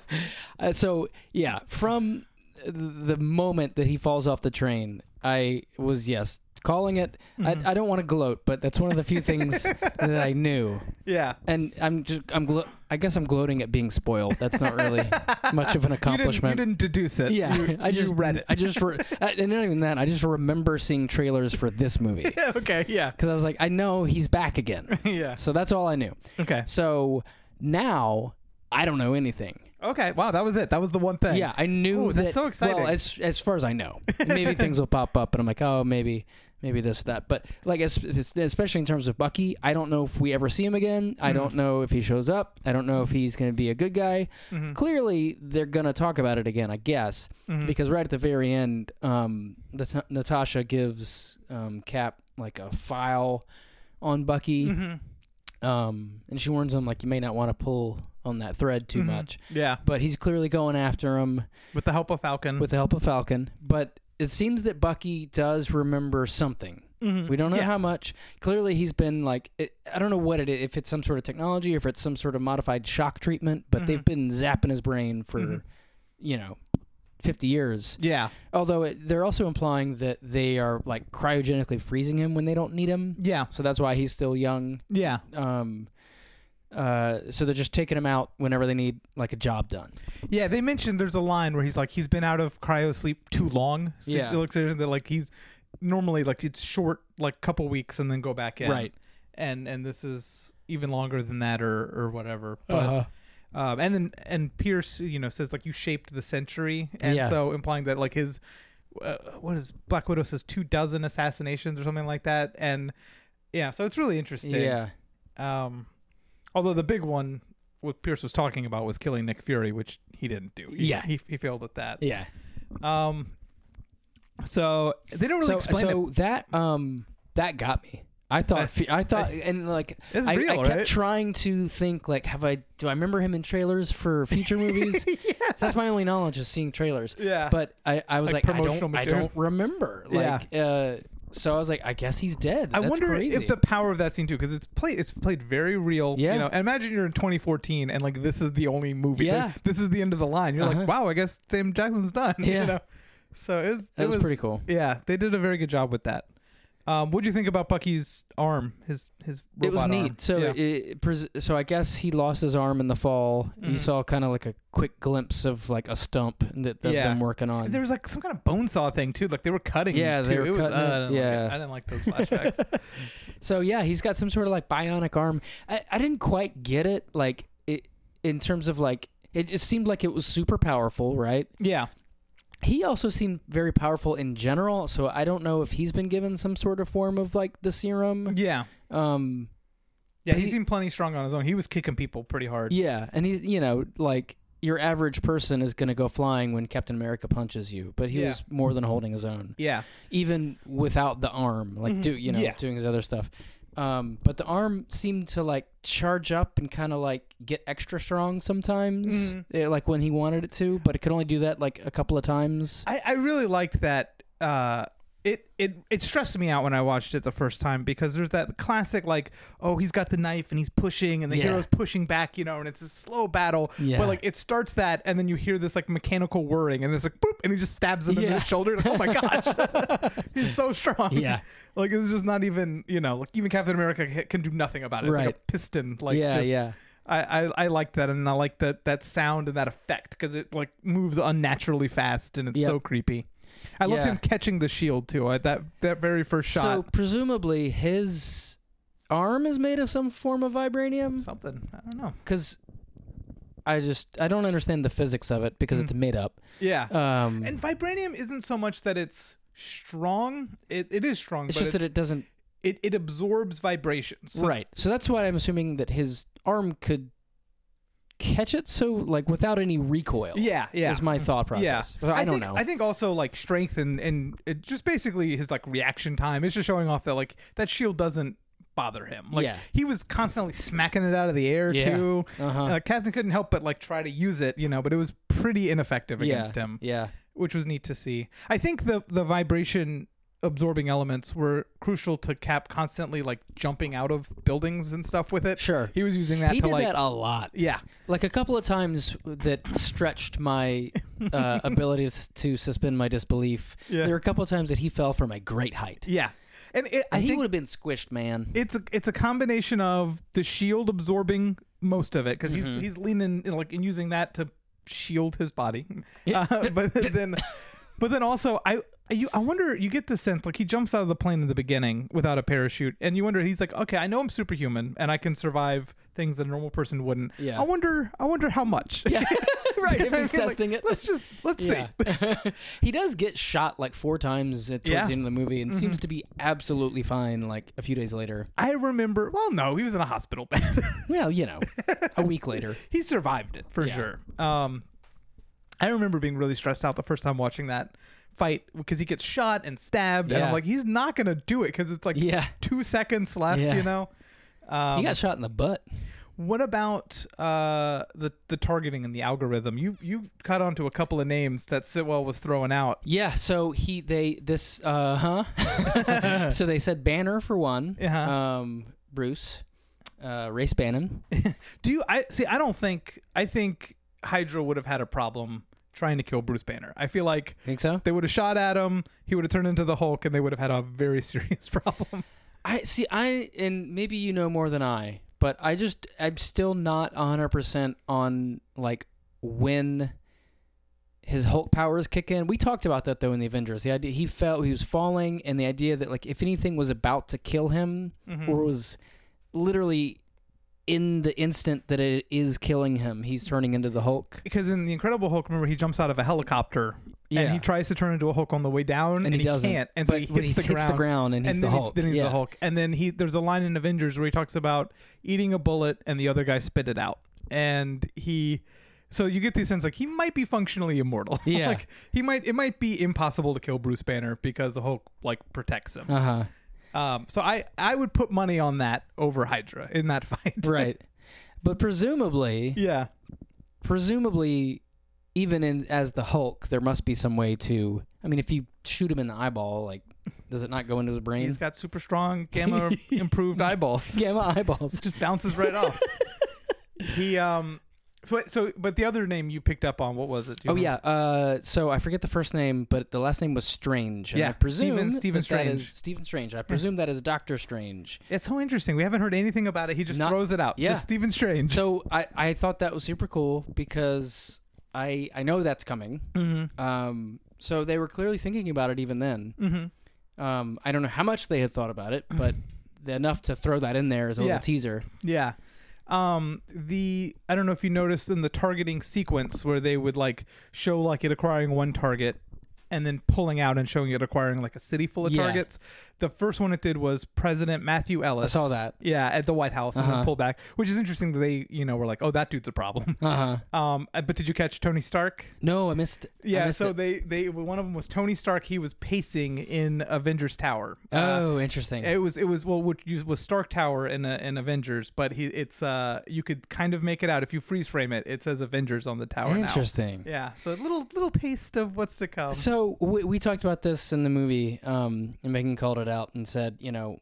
Speaker 2: Uh, so yeah, from th- the moment that he falls off the train, I was yes calling it.
Speaker 1: Mm-hmm.
Speaker 2: I, I don't want to gloat, but that's one of the few things that I knew.
Speaker 1: Yeah.
Speaker 2: And I'm just I'm glo- I guess I'm gloating at being spoiled. That's not really much of
Speaker 1: You didn't,
Speaker 2: an
Speaker 1: you
Speaker 2: accomplishment.
Speaker 1: didn't deduce it.
Speaker 2: yeah,
Speaker 1: You-
Speaker 2: I just
Speaker 1: you read it.
Speaker 2: I just re- I, and not even that. I just remember seeing trailers for this movie
Speaker 1: yeah, okay. Yeah.
Speaker 2: because I was like, I know he's back again.
Speaker 1: Yeah.
Speaker 2: So that's all I knew.
Speaker 1: Okay.
Speaker 2: So now I don't know anything.
Speaker 1: Okay. Wow, that was it. That was the one thing.
Speaker 2: Yeah, I knew
Speaker 1: Ooh,
Speaker 2: that.
Speaker 1: that's so exciting.
Speaker 2: Well, as as far as I know, maybe things will pop up, and I'm like, oh, maybe maybe this that. But like, es- es- especially in terms of Bucky, I don't know if we ever see him again.
Speaker 1: Mm-hmm.
Speaker 2: I don't know if he shows up. I don't know if he's going to be a good guy.
Speaker 1: Mm-hmm.
Speaker 2: Clearly, they're going to talk about it again, I guess, because right at the very end, um, Nat- Natasha gives um, Cap like a file on Bucky.
Speaker 1: Mm-hmm.
Speaker 2: Um, and she warns him like you may not want to pull on that thread
Speaker 1: Mm-hmm.
Speaker 2: too much,
Speaker 1: Yeah.
Speaker 2: but he's clearly going after him
Speaker 1: With the help of Falcon.
Speaker 2: with the help of Falcon. But it seems that Bucky does remember something. We don't know
Speaker 1: Mm-hmm. Hmm. Yeah.
Speaker 2: how much. Clearly, he's been like, it, I don't know what it is, if it's some sort of technology, if it's some sort of modified shock treatment, but they've been zapping his brain for, you know, 50 years.
Speaker 1: yeah.
Speaker 2: Although it, they're also implying that they are like cryogenically freezing him when they don't need him.
Speaker 1: Yeah.
Speaker 2: So that's why he's still young.
Speaker 1: Yeah.
Speaker 2: Um, uh, so they're just taking him out whenever they need like a job done.
Speaker 1: Yeah, they mentioned there's a line where he's like he's been out of cryo sleep too long. So
Speaker 2: Yeah.
Speaker 1: it looks like they're like he's normally like it's short like couple weeks and then go back in.
Speaker 2: Right.
Speaker 1: And and this is even longer than that or or whatever. But
Speaker 2: Uh-huh.
Speaker 1: um, and then and Pierce you know says like you shaped the century and
Speaker 2: Yeah.
Speaker 1: so implying that like his uh, what is Black Widow says two dozen assassinations or something like that and yeah so it's really interesting.
Speaker 2: Yeah.
Speaker 1: Um, although the big one, what Pierce was talking about, was killing Nick Fury, which he didn't do. He-
Speaker 2: Yeah.
Speaker 1: he, he failed at that.
Speaker 2: Yeah.
Speaker 1: Um, so they don't really
Speaker 2: so
Speaker 1: explain
Speaker 2: so that um that got me. I thought fe- I thought and like
Speaker 1: It's
Speaker 2: I,
Speaker 1: real,
Speaker 2: I kept
Speaker 1: right?
Speaker 2: trying to think like have I do I remember him in trailers for future movies? yeah. That's my only knowledge is seeing trailers.
Speaker 1: Yeah.
Speaker 2: But I, I was
Speaker 1: Like
Speaker 2: like, I
Speaker 1: promotional
Speaker 2: don't I
Speaker 1: materials.
Speaker 2: don't remember. Like uh so I was like I guess he's dead.
Speaker 1: I
Speaker 2: That's
Speaker 1: wonder
Speaker 2: crazy.
Speaker 1: if the power of that scene too, because it's played it's played very real.
Speaker 2: Yeah.
Speaker 1: You know, and imagine you're in 2014 and like this is the only movie.
Speaker 2: Yeah.
Speaker 1: like, this is the end of the line. You're
Speaker 2: Uh-huh.
Speaker 1: like, wow, I guess Sam Jackson's done.
Speaker 2: Yeah.
Speaker 1: You know? So it was. It
Speaker 2: That was pretty cool.
Speaker 1: Yeah, they did a very good job with that. Um, what'd you think about Bucky's arm? His his
Speaker 2: it was
Speaker 1: robot
Speaker 2: neat.
Speaker 1: arm?
Speaker 2: So
Speaker 1: Yeah.
Speaker 2: it, pres so I guess he lost his arm in the fall.
Speaker 1: Mm-hmm.
Speaker 2: You saw kind of like a quick glimpse of like a stump that, that
Speaker 1: Yeah.
Speaker 2: them working on.
Speaker 1: And there was like some kind of bone saw thing too. Like they were cutting.
Speaker 2: Yeah,
Speaker 1: too.
Speaker 2: they were
Speaker 1: it was,
Speaker 2: cutting
Speaker 1: uh,
Speaker 2: it.
Speaker 1: I didn't like
Speaker 2: Yeah.
Speaker 1: I didn't like those flashbacks.
Speaker 2: So yeah, he's got some sort of like bionic arm. I, I didn't quite get it, like it in terms of like it just seemed like it was super powerful, right?
Speaker 1: yeah,
Speaker 2: He also seemed very powerful in general, so I don't know if he's been given some sort of form of like the serum.
Speaker 1: yeah,
Speaker 2: Um
Speaker 1: yeah.
Speaker 2: But
Speaker 1: He
Speaker 2: he-
Speaker 1: seemed plenty strong on his own. He was kicking people pretty hard.
Speaker 2: yeah, and he's you know, like your average person is going to go flying when Captain America punches you, but he
Speaker 1: Yeah.
Speaker 2: was more than holding his own,
Speaker 1: Yeah,
Speaker 2: even without the arm, like do you know,
Speaker 1: Mm-hmm. Yeah.
Speaker 2: doing his other stuff. Um, but the arm seemed to like charge up and kind of like get extra strong sometimes,
Speaker 1: Mhm.
Speaker 2: eh, like when he wanted it to, but it could only do that like a couple of times.
Speaker 1: I, I really liked that. Uh, it it it stressed me out when I watched it the first time because there's that classic like, oh, he's got the knife and he's pushing and the
Speaker 2: Yeah.
Speaker 1: hero's pushing back, you know, and it's a slow battle.
Speaker 2: Yeah.
Speaker 1: But like it starts that and then you hear this like mechanical whirring and it's like boop and he just stabs him in
Speaker 2: Yeah.
Speaker 1: the shoulder. Like, oh my gosh, he's so strong.
Speaker 2: Yeah.
Speaker 1: Like it's just not even you know like even Captain America ca- can do nothing about it. It's like
Speaker 2: Right.
Speaker 1: a piston. Like
Speaker 2: yeah,
Speaker 1: just,
Speaker 2: yeah,
Speaker 1: I, I I liked that and I like that that sound and that effect because it like moves unnaturally fast and it's
Speaker 2: Yep.
Speaker 1: so creepy. I loved
Speaker 2: Yeah.
Speaker 1: him catching the shield too. I, that that very first
Speaker 2: So
Speaker 1: shot.
Speaker 2: presumably his arm is made of some form of vibranium,
Speaker 1: Something I don't know.
Speaker 2: because I just I don't understand the physics of it because it's made up.
Speaker 1: Yeah,
Speaker 2: Um,
Speaker 1: Mm-hmm. and vibranium isn't so much that it's strong. It, it is strong,
Speaker 2: it's
Speaker 1: but
Speaker 2: just that
Speaker 1: it's-
Speaker 2: it doesn't
Speaker 1: it, it absorbs vibrations. So-
Speaker 2: right. So that's why I'm assuming that his arm could catch it. So like without any recoil.
Speaker 1: Yeah, yeah.
Speaker 2: Is my thought process. But I, don't
Speaker 1: think,
Speaker 2: know.
Speaker 1: I think also like strength and and it just basically his like reaction time. It's just showing off that like that shield doesn't bother him. Like
Speaker 2: Yeah.
Speaker 1: he was constantly smacking it out of the air
Speaker 2: Yeah.
Speaker 1: too.
Speaker 2: Uh-huh.
Speaker 1: Uh, Captain couldn't help but like try to use it, you know, but it was pretty ineffective
Speaker 2: yeah.
Speaker 1: against him,
Speaker 2: Yeah.
Speaker 1: which was neat to see. I think the the vibration absorbing elements were crucial to Cap constantly like jumping out of buildings and stuff with it.
Speaker 2: Sure.
Speaker 1: He was using that
Speaker 2: He
Speaker 1: to
Speaker 2: did
Speaker 1: like
Speaker 2: that a lot.
Speaker 1: yeah.
Speaker 2: Like a couple of times that stretched my uh, ability to- to suspend my disbelief.
Speaker 1: Yeah.
Speaker 2: There were a couple of times that he fell from a great height.
Speaker 1: Yeah. And it, I
Speaker 2: And he
Speaker 1: think
Speaker 2: would have been squished, man.
Speaker 1: it's a it's a combination of the shield absorbing most of it because
Speaker 2: Mm-hmm.
Speaker 1: he's he's leaning you know, like and using that to shield his body, uh, but then but then also I. You, I wonder. You get the sense like he jumps out of the plane in the beginning without a parachute, and you wonder he's like, okay, I know I'm superhuman and I can survive things that a normal person wouldn't.
Speaker 2: Yeah.
Speaker 1: I wonder. I wonder how much.
Speaker 2: yeah. right.
Speaker 1: You
Speaker 2: If
Speaker 1: know
Speaker 2: he's
Speaker 1: what I mean? Like,
Speaker 2: testing it.
Speaker 1: let's just let's
Speaker 2: Yeah.
Speaker 1: see.
Speaker 2: he does get shot like four times at, towards
Speaker 1: Yeah. Mm-hmm.
Speaker 2: the end of the movie and seems to be absolutely fine like a few days later.
Speaker 1: I remember. Well, no, he was in a hospital bed.
Speaker 2: Well, you know, a week later.
Speaker 1: he survived it for
Speaker 2: Yeah.
Speaker 1: sure. Um, I remember being really stressed out the first time watching that fight because he gets shot and stabbed, and
Speaker 2: Yeah.
Speaker 1: I'm like, he's not gonna do it because it's like
Speaker 2: Yeah.
Speaker 1: two seconds left,
Speaker 2: Yeah.
Speaker 1: you know. Um,
Speaker 2: He got shot in the butt.
Speaker 1: What about uh, the the targeting and the algorithm? You you caught onto a couple of names that Sitwell was throwing out.
Speaker 2: Yeah, so he they this uh huh. so they said Banner for one.
Speaker 1: Uh-huh.
Speaker 2: Um Bruce. Uh Race Bannon.
Speaker 1: Do you? I see. I don't think. I think Hydra would have had a problem trying to kill Bruce Banner. I feel like.
Speaker 2: Think so?
Speaker 1: They would have shot at him. He would have turned into the Hulk, and they would have had a very serious problem.
Speaker 2: I see I and maybe you know more than I, but I just I'm still not 100% on like when his Hulk powers kick in. We talked about that though in the Avengers. The idea he felt he was falling and the idea that like if anything was about to kill him
Speaker 1: Mhm.
Speaker 2: or was literally in the instant that it is killing him, he's turning into the Hulk.
Speaker 1: because in the Incredible Hulk, remember he jumps out of a helicopter
Speaker 2: Yeah.
Speaker 1: and he tries to turn into a Hulk on the way down, and,
Speaker 2: he doesn't.
Speaker 1: can't, and so
Speaker 2: But
Speaker 1: he hits,
Speaker 2: when
Speaker 1: the,
Speaker 2: he hits
Speaker 1: ground,
Speaker 2: the ground and he's
Speaker 1: and
Speaker 2: the
Speaker 1: then, he-
Speaker 2: Hulk.
Speaker 1: then he's
Speaker 2: yeah.
Speaker 1: the Hulk, and then he there's a line in Avengers where he talks about eating a bullet and the other guy spit it out, and he. So you get the sense like he might be functionally immortal.
Speaker 2: Yeah.
Speaker 1: like he might it might be impossible to kill Bruce Banner because the Hulk like protects him.
Speaker 2: Uh huh.
Speaker 1: Um, so I I would put money on that over Hydra in that fight.
Speaker 2: Right. But presumably,
Speaker 1: yeah.
Speaker 2: presumably, even in as the Hulk, there must be some way to. I mean, if you shoot him in the eyeball, like, does it not go into his brain?
Speaker 1: He's got super strong gamma improved eyeballs.
Speaker 2: Gamma eyeballs.
Speaker 1: just bounces right off. He um so so but the other name you picked up on what was it? Do you
Speaker 2: Oh yeah.
Speaker 1: remember?
Speaker 2: Uh, so I forget the first name, but the last name was Strange. and I
Speaker 1: Yeah,
Speaker 2: presume
Speaker 1: Stephen- Stephen
Speaker 2: that that is-
Speaker 1: Strange.
Speaker 2: Stephen Strange. I presume that is Doctor Strange.
Speaker 1: It's so interesting. We haven't heard anything about it. He just
Speaker 2: Not-
Speaker 1: throws it out.
Speaker 2: yeah.
Speaker 1: Just Stephen Strange.
Speaker 2: So I, I thought that was super cool because I I know that's coming.
Speaker 1: mm-hmm.
Speaker 2: Um, so they were clearly thinking about it even then.
Speaker 1: Mm-hmm.
Speaker 2: Um, I don't know how much they had thought about it, but enough to throw that in there as a
Speaker 1: Yeah.
Speaker 2: little teaser.
Speaker 1: Yeah. Um the I don't know if you noticed in the targeting sequence where they would like show like it acquiring one target and then pulling out and showing it acquiring like a city full of
Speaker 2: Yeah.
Speaker 1: targets. The first one it did was President Matthew Ellis.
Speaker 2: I saw that.
Speaker 1: Yeah, at the White House and
Speaker 2: Uh-huh.
Speaker 1: then pull back, which is interesting that they, you know, were like, "Oh, that dude's a problem."
Speaker 2: Uh huh.
Speaker 1: Um, uh, but did you catch Tony Stark?
Speaker 2: No, I missed. I
Speaker 1: Yeah,
Speaker 2: missed
Speaker 1: so
Speaker 2: it.
Speaker 1: they they one of them was Tony Stark. He was pacing in Avengers Tower. Uh,
Speaker 2: oh, interesting.
Speaker 1: it was it was well, which used- was Stark Tower in uh, in Avengers, but he it's uh you could kind of make it out if you freeze frame it. It says Avengers on the tower
Speaker 2: interesting.
Speaker 1: now. Yeah, um, so a little little taste of what's to come.
Speaker 2: So we, we talked about this in the movie, um, and Megan called it out and said, you know,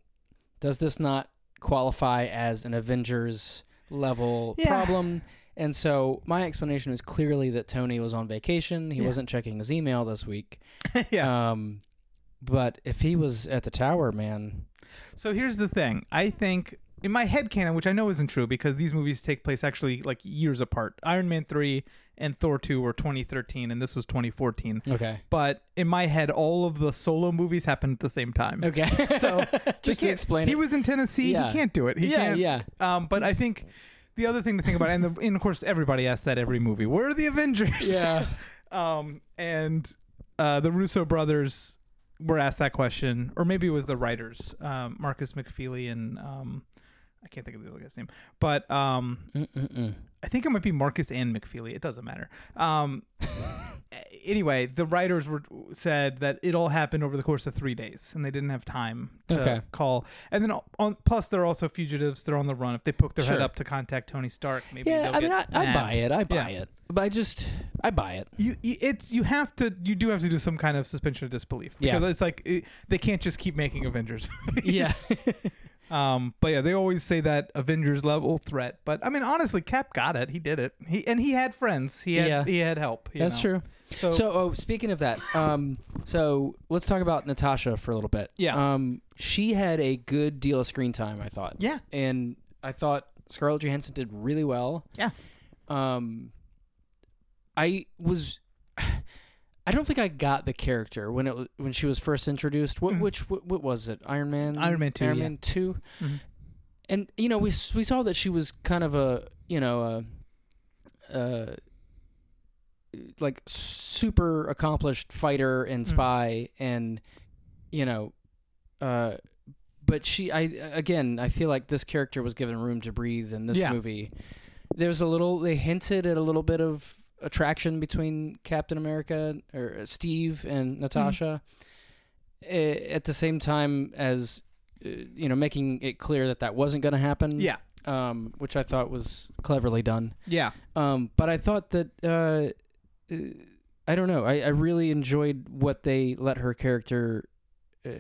Speaker 2: does this not qualify as an Avengers level
Speaker 1: Yeah.
Speaker 2: problem? And so my explanation is clearly that Tony was on vacation. He
Speaker 1: Yeah.
Speaker 2: wasn't checking his email this week.
Speaker 1: yeah.
Speaker 2: Um, but if he was at the tower, man,
Speaker 1: So here's the thing. I think in my head canon, which I know isn't true because these movies take place actually like years apart. Iron Man 3 and Thor 2 were 2013 and this was 2014.
Speaker 2: okay,
Speaker 1: But in my head all of the solo movies happened at the same time.
Speaker 2: okay.
Speaker 1: So
Speaker 2: Just
Speaker 1: they
Speaker 2: to
Speaker 1: can't-
Speaker 2: explain
Speaker 1: He
Speaker 2: it.
Speaker 1: was in Tennessee.
Speaker 2: Yeah.
Speaker 1: He can't do it. He
Speaker 2: yeah,
Speaker 1: can't.
Speaker 2: yeah.
Speaker 1: Um but I think the other thing to think about and, the, and of course everybody asks that every movie. Where are the Avengers?
Speaker 2: Yeah.
Speaker 1: um, and uh, the Russo brothers were asked that question, or maybe it was the writers, um, Marcus McFeely and um, I can't think of the other guy's name, but um,
Speaker 2: Mm-mm-mm.
Speaker 1: I think it might be Marcus and McFeely. It doesn't matter. Um, anyway, the writers were said that it all happened over the course of three days, and they didn't have time to
Speaker 2: Okay.
Speaker 1: call. And then, on, plus, they're also fugitives; they're on the run. If they poke their
Speaker 2: Sure.
Speaker 1: head up to contact Tony Stark, maybe
Speaker 2: Yeah,
Speaker 1: they'll
Speaker 2: I mean, I,
Speaker 1: get
Speaker 2: I
Speaker 1: nabbed.
Speaker 2: buy it. I buy
Speaker 1: Yeah.
Speaker 2: it. But I just, I buy it.
Speaker 1: you you- it's you have to you do have to do some kind of suspension of disbelief
Speaker 2: Yeah.
Speaker 1: because it's like it, they can't just keep making Avengers.
Speaker 2: Yeah.
Speaker 1: um, but yeah, they always say that Avengers level threat. But I mean, honestly, Cap got it. He did it. He and he had friends. He had
Speaker 2: Yeah.
Speaker 1: he had help. you
Speaker 2: That's
Speaker 1: know?
Speaker 2: true.
Speaker 1: So,
Speaker 2: So, oh, speaking of that, um, so let's talk about Natasha for a little bit.
Speaker 1: Yeah.
Speaker 2: Um, she had a good deal of screen time, I thought.
Speaker 1: yeah,
Speaker 2: And I thought Scarlett Johansson did really well.
Speaker 1: Yeah.
Speaker 2: Um, I was, I don't think I got the character when it wa- when she was first introduced. What
Speaker 1: Mhm.
Speaker 2: which what, what was it? Iron Man.
Speaker 1: Iron Man 2,
Speaker 2: Iron
Speaker 1: yeah.
Speaker 2: Man two.
Speaker 1: Mhm.
Speaker 2: And you know we s- we saw that she was kind of a you know a, a like super accomplished fighter and
Speaker 1: Mhm.
Speaker 2: spy and you know uh but she i again i feel like this character was given room to breathe in this
Speaker 1: Yeah.
Speaker 2: movie there's a little they hinted at a little bit of attraction between captain america or uh, steve and natasha A- at the same time as uh, you know making it clear that that wasn't going to happen
Speaker 1: yeah,
Speaker 2: um which i thought was cleverly done
Speaker 1: yeah.
Speaker 2: um but i thought that uh uh, i don't know i i really enjoyed what they let her character uh,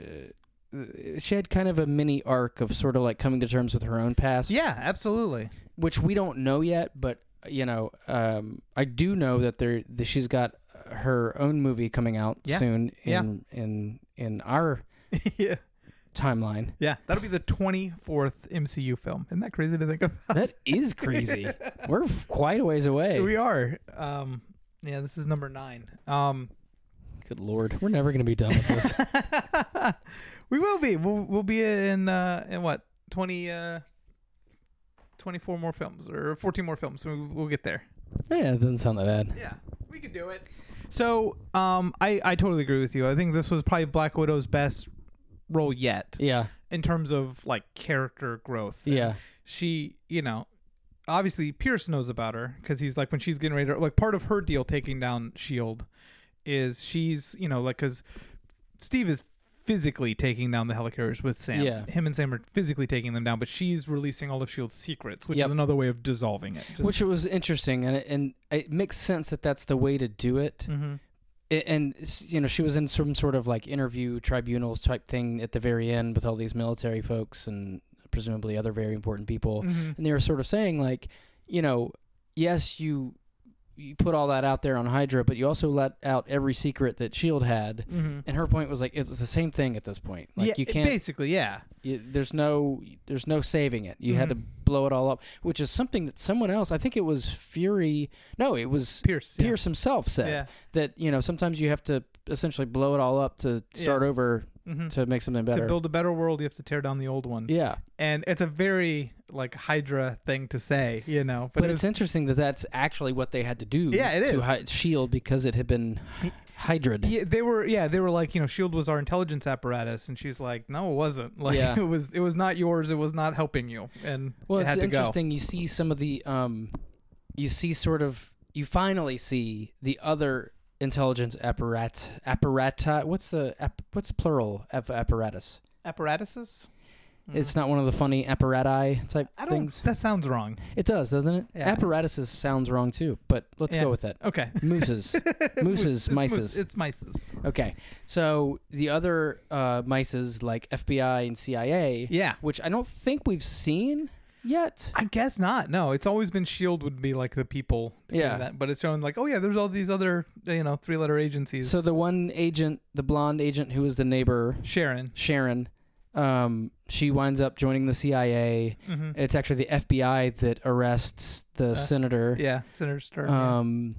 Speaker 2: uh, she had kind of a mini arc of sort of like coming to terms with her own past
Speaker 1: Yeah, absolutely.
Speaker 2: which we don't know yet, but you know, um, I do know that there that she's got her own movie coming out
Speaker 1: Yeah.
Speaker 2: soon
Speaker 1: Yeah.
Speaker 2: in in in our
Speaker 1: yeah,
Speaker 2: timeline.
Speaker 1: Yeah, that'll be the 24th MCU film. Isn't that crazy to think about?
Speaker 2: That is crazy. We're f- quite a ways away.
Speaker 1: we are. Um, yeah, this is number nine. Um,
Speaker 2: Good lord, we're never gonna be done with this.
Speaker 1: we will be. We'll, we'll be in uh, in what 20, uh, 24 more films or 14 more films. We'll, we'll get there.
Speaker 2: yeah, Eh, it doesn't sound that bad.
Speaker 1: Yeah, we could do it. So um, I, I totally agree with you. I think this was probably Black Widow's best role yet
Speaker 2: Yeah,
Speaker 1: in terms of like character growth. And
Speaker 2: yeah,
Speaker 1: she, you know, obviously Pierce knows about her because he's like when she's getting ready to like part of her deal taking down Shield E is she's you know like because Steve is physically taking down the helicarriers with Sam.
Speaker 2: Yeah.
Speaker 1: Him and Sam are physically taking them down, but she's releasing all of Shield's E secrets, which
Speaker 2: Yep.
Speaker 1: is another way of dissolving it. Just-
Speaker 2: which was interesting, and it, and it makes sense that that's the way to do it.
Speaker 1: Mhm.
Speaker 2: A- And s- you know, she was in some sort of like interview tribunals type thing at the very end with all these military folks and presumably other very important people,
Speaker 1: Mhm.
Speaker 2: and they were sort of saying like, you know, yes, you you put all that out there on Hydra, but you also let out every secret that Shield E had.
Speaker 1: Mhm.
Speaker 2: And her point was like, it's the same thing at this point. Like
Speaker 1: yeah,
Speaker 2: you can't.
Speaker 1: basically yeah.
Speaker 2: you, there's no there's no saving it. You had to
Speaker 1: Mm-hmm.
Speaker 2: blow it all up, which is something that someone else. I think it was Fury. No, it was
Speaker 1: Pierce. yeah.
Speaker 2: Pierce himself said
Speaker 1: Yeah.
Speaker 2: that you know sometimes you have to essentially blow it all up to start over
Speaker 1: Mhm.
Speaker 2: to make something
Speaker 1: To
Speaker 2: better.
Speaker 1: build a better world, you have to tear down the old one.
Speaker 2: yeah,
Speaker 1: And it's a very like Hydra thing to say, you know. But,
Speaker 2: but,
Speaker 1: it
Speaker 2: it's interesting that that's actually what they had to do.
Speaker 1: Yeah, it
Speaker 2: to
Speaker 1: is.
Speaker 2: hi- shield because it had been hydrated.
Speaker 1: Yeah, they were. Yeah, they were like, you know, Shield E was our intelligence apparatus, and she's like, no, it wasn't. Like,
Speaker 2: Yeah.
Speaker 1: it was. It was not yours. It was not helping you, and
Speaker 2: Well,
Speaker 1: it
Speaker 2: it's
Speaker 1: had to go.
Speaker 2: interesting. You see some of the, um, you see sort of, you finally see the other intelligence apparat apparata. What's the app, what's plural of apparatus?
Speaker 1: Apparatuses.
Speaker 2: It's not one of the funny apparati type
Speaker 1: Hmm. I don't.
Speaker 2: things.
Speaker 1: That sounds wrong.
Speaker 2: It does, doesn't it?
Speaker 1: Yeah.
Speaker 2: Apparatuses sounds wrong too, but let's
Speaker 1: Yeah.
Speaker 2: go with that.
Speaker 1: Okay.
Speaker 2: Mooses,
Speaker 1: It's
Speaker 2: mooses, mices.
Speaker 1: moose- It's mices.
Speaker 2: Okay, so the other uh, mices like FBI and CIA,
Speaker 1: Yeah.
Speaker 2: which I don't think we've seen yet.
Speaker 1: I guess not. No, it's always been Shield E would be like the people. doing
Speaker 2: Yeah.
Speaker 1: That, but it's showing like, oh yeah, there's all these other you know three letter agencies.
Speaker 2: So the one agent, the blonde agent who was the neighbor,
Speaker 1: Sharon.
Speaker 2: Sharon, um, she winds up joining the CIA.
Speaker 1: Mm-hmm.
Speaker 2: It's actually the FBI that arrests the senator.
Speaker 1: Yeah. Senator Stern. yeah.
Speaker 2: Um,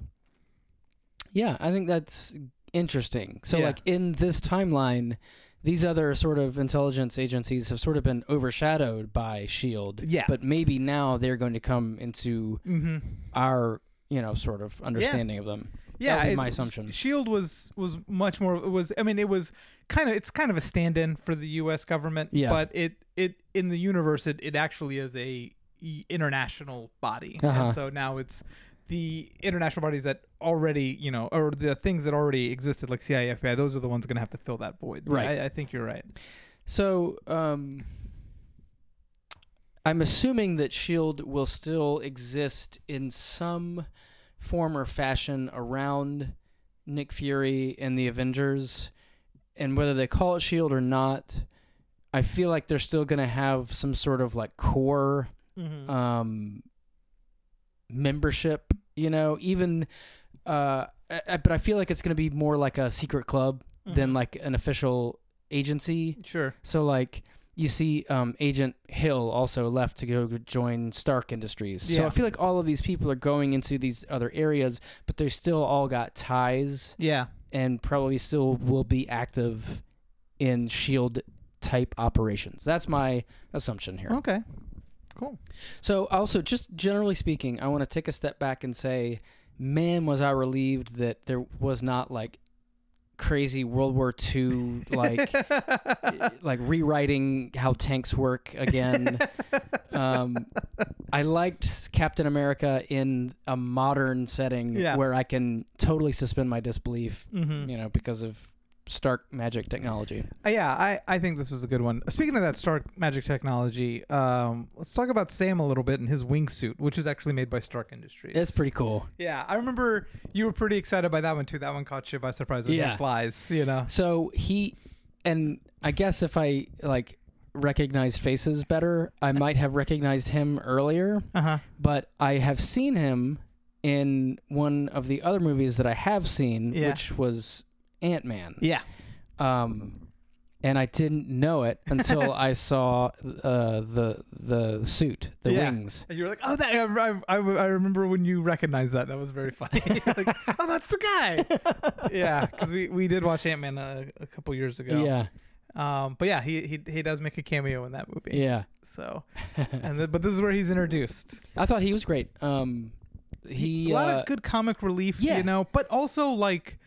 Speaker 2: yeah, I think that's interesting. So,
Speaker 1: Yeah.
Speaker 2: like in this timeline, these other sort of intelligence agencies have sort of been overshadowed by Shield.
Speaker 1: Yeah.
Speaker 2: E But maybe now they're going to come into
Speaker 1: Mm-hmm.
Speaker 2: our, you know, sort of understanding of them.
Speaker 1: Yeah,
Speaker 2: That would be
Speaker 1: it's-
Speaker 2: my assumption.
Speaker 1: Shield E was was much more was I mean it was kind of it's kind of a stand-in for the U.S. government,
Speaker 2: Yeah.
Speaker 1: but it it in the universe it, it actually is a e- international body,
Speaker 2: Uh-huh.
Speaker 1: and so now it's the international bodies that already you know or the things that already existed like CIA, FBI, those are the ones going to have to fill that void.
Speaker 2: Right.
Speaker 1: I, I think you're right.
Speaker 2: So, um, I'm assuming that Shield E will still exist in some form or fashion around Nick Fury and the Avengers, and whether they call it Shield E or not, I feel like they're still going to have some sort of like core
Speaker 1: Mm-hmm.
Speaker 2: um, membership. You know, even. Uh, I, I- but I feel like it's going to be more like a secret club
Speaker 1: Mm-hmm.
Speaker 2: than like an official agency.
Speaker 1: Sure.
Speaker 2: So like you see um, Agent Hill also left to go join Stark Industries. So
Speaker 1: Yeah.
Speaker 2: I feel like all of these people are going into these other areas, but they still all got ties
Speaker 1: Yeah.
Speaker 2: and probably still will be active in shield E type operations. That's my assumption here.
Speaker 1: Okay. Cool.
Speaker 2: So also just generally speaking, I want to take a step back and say, man, was I relieved that there was not like crazy World War II like like rewriting how tanks work again. um, I liked Captain America in a modern setting
Speaker 1: Yeah.
Speaker 2: where I can totally suspend my disbelief,
Speaker 1: Mm-hmm.
Speaker 2: you know, because of Stark magic technology.
Speaker 1: Uh, Yeah, I, I think this was a good one. Speaking of that Stark magic technology, um, let's talk about Sam a little bit and his wingsuit, which is actually made by Stark Industries.
Speaker 2: It's pretty cool.
Speaker 1: yeah, I remember you were pretty excited by that one too. That one caught you by surprise when
Speaker 2: Yeah.
Speaker 1: he flies, you know.
Speaker 2: So he, and I guess if I like recognized faces better, I might have recognized him earlier.
Speaker 1: Uh huh.
Speaker 2: but I have seen him in one of the other movies that I have seen,
Speaker 1: Yeah.
Speaker 2: which was Ant Man.
Speaker 1: Yeah.
Speaker 2: Um, and I didn't know it until I saw uh, the the suit, the
Speaker 1: Yeah.
Speaker 2: wings.
Speaker 1: And you were like, oh, that, I, I, I I remember when you recognized that. That was very funny. like, oh, that's the guy. yeah, because we, we did watch Ant Man a, a couple years ago.
Speaker 2: Yeah,
Speaker 1: Um, but yeah, he, he he does make a cameo in that movie.
Speaker 2: yeah.
Speaker 1: So, and the, but this is where he's introduced.
Speaker 2: I thought he was great. Um, he
Speaker 1: a lot
Speaker 2: uh,
Speaker 1: of good comic relief,
Speaker 2: yeah.
Speaker 1: you know, but also like,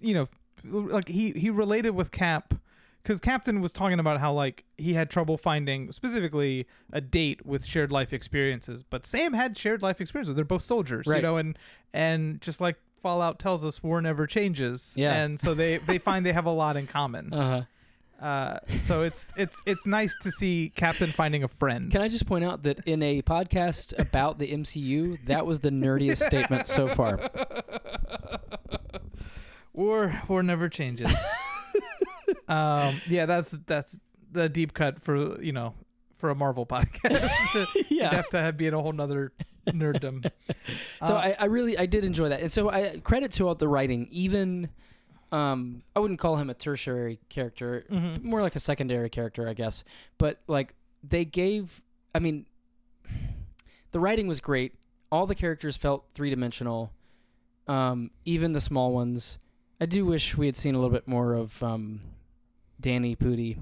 Speaker 1: you know, like he he related with Cap because Captain was talking about how like he had trouble finding specifically a date with shared life experiences, but Sam had shared life experiences. They're both soldiers, you
Speaker 2: Right.
Speaker 1: know, and and just like Fallout tells us, war never changes.
Speaker 2: Yeah.
Speaker 1: and so they they find they have a lot in common.
Speaker 2: uh-huh.
Speaker 1: Uh, so it's it's it's nice to see Captain finding a friend.
Speaker 2: Can I just point out that in a podcast about the MCU, that was the nerdiest statement so far.
Speaker 1: War war never changes. um, yeah, that's that's the deep cut for you know for a Marvel podcast. You'd
Speaker 2: Yeah.
Speaker 1: have to have, be in a whole nother nerddom.
Speaker 2: So
Speaker 1: Uh,
Speaker 2: I, I really I did enjoy that, and so I credit to all the writing. Even um, I wouldn't call him a tertiary character,
Speaker 1: Mhm.
Speaker 2: more like a secondary character, I guess. But like they gave, I mean, the writing was great. All the characters felt three dimensional, um, even the small ones. I do wish we had seen a little bit more of um, Danny Pudi.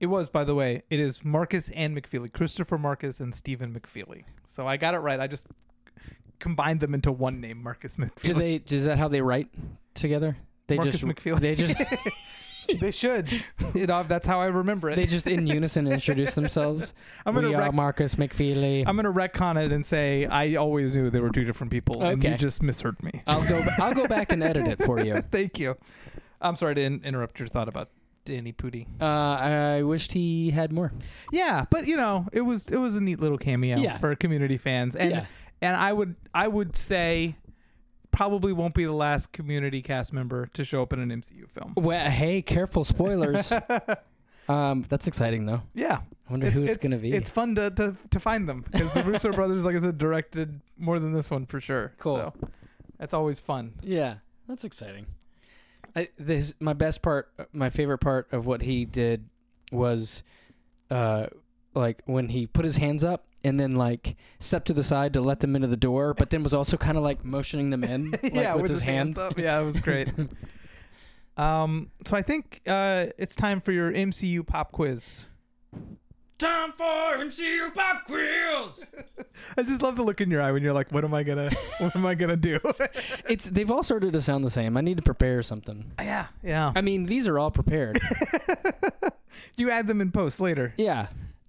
Speaker 1: It was, by the way, it is Marcus and McFeely, Christopher Marcus and Stephen McFeely. So I got it right. I just combined them into one name, Marcus
Speaker 2: Do
Speaker 1: McFeely.
Speaker 2: they? Is that how they write together? They
Speaker 1: Marcus
Speaker 2: just
Speaker 1: McFeely.
Speaker 2: they just
Speaker 1: They, should. You know, uh, that's how I remember it.
Speaker 2: they just in unison introduce themselves.
Speaker 1: I'm gonna
Speaker 2: we
Speaker 1: rec-
Speaker 2: are Marcus McFeely.
Speaker 1: I'm gonna retcon it and say I always knew they were two different people, and you
Speaker 2: Okay.
Speaker 1: just misheard me.
Speaker 2: I'll go. I'll go back and edit it for you.
Speaker 1: Thank you. I'm sorry to in- interrupt your thought about Danny Pudi.
Speaker 2: Uh, I wished he had more.
Speaker 1: Yeah, but you know, it was it was a neat little cameo
Speaker 2: Yeah.
Speaker 1: for community fans, and
Speaker 2: Yeah.
Speaker 1: and I would I would say probably won't be the last community cast member to show up in an MCU film.
Speaker 2: Well, hey, careful spoilers. um, that's exciting though.
Speaker 1: Yeah,
Speaker 2: I wonder who it's, gonna be.
Speaker 1: It's fun to to, to find them because the Russo brothers, like I said, directed more than this one for sure.
Speaker 2: Cool.
Speaker 1: So that's always fun.
Speaker 2: yeah, that's exciting. I this my best part. My favorite part of what he did was, uh, like when he put his hands up and then like stepped to the side to let them into the door, but then was also kind of like motioning them in, like,
Speaker 1: yeah,
Speaker 2: with, his, hand.
Speaker 1: hands up. Yeah, it was great. um, so I think uh, it's time for your MCU pop quiz.
Speaker 2: Time for MCU pop quiz.
Speaker 1: I just love the look in your eye when you're like, "What am I gonna? what am I gonna do?"
Speaker 2: It's they've all started to sound the same. I need to prepare something.
Speaker 1: yeah, yeah.
Speaker 2: I mean, these are all prepared.
Speaker 1: You add them in post later.
Speaker 2: yeah.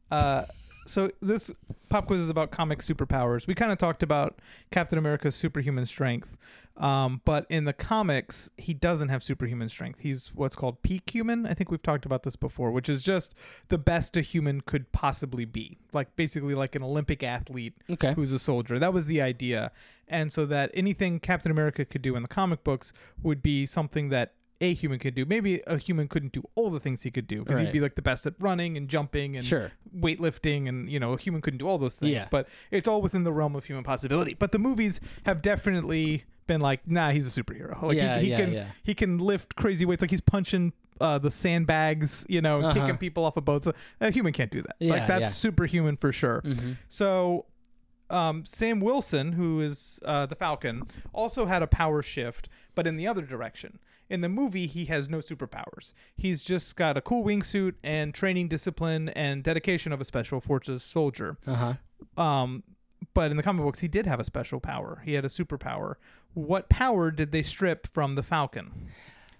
Speaker 1: Uh, so this pop quiz is about comic superpowers. We kind of talked about Captain America's superhuman strength, um, but in the comics, he doesn't have superhuman strength. He's what's called peak human. I think we've talked about this before, which is just the best a human could possibly be, like basically like an Olympic athlete
Speaker 2: Okay.
Speaker 1: who's a soldier. That was the idea, and so that anything Captain America could do in the comic books would be something that. A human could do. Maybe a human couldn't do all the things he could do because he'd
Speaker 2: Right.
Speaker 1: be like the best at running and jumping and
Speaker 2: Sure.
Speaker 1: weightlifting and you know a human couldn't do all those things
Speaker 2: Yeah.
Speaker 1: but it's all within the realm of human possibility but the movies have definitely been like nah he's a superhero like
Speaker 2: Yeah,
Speaker 1: he, he
Speaker 2: yeah,
Speaker 1: can
Speaker 2: yeah.
Speaker 1: he can lift crazy weights like he's punching uh, the sandbags you know and
Speaker 2: Uh-huh.
Speaker 1: kicking people off of boats a human can't do that
Speaker 2: Yeah,
Speaker 1: like that's
Speaker 2: yeah.
Speaker 1: superhuman for sure
Speaker 2: Mm-hmm.
Speaker 1: so um, Sam Wilson, who is uh, the Falcon, also had a power shift, but in the other direction. In the movie, he has no superpowers. He's just got a cool wingsuit and training discipline and dedication of a special forces soldier.
Speaker 2: Uh huh.
Speaker 1: Um, but in the comic books, he did have a special power. He had a superpower. What power did they strip from the Falcon?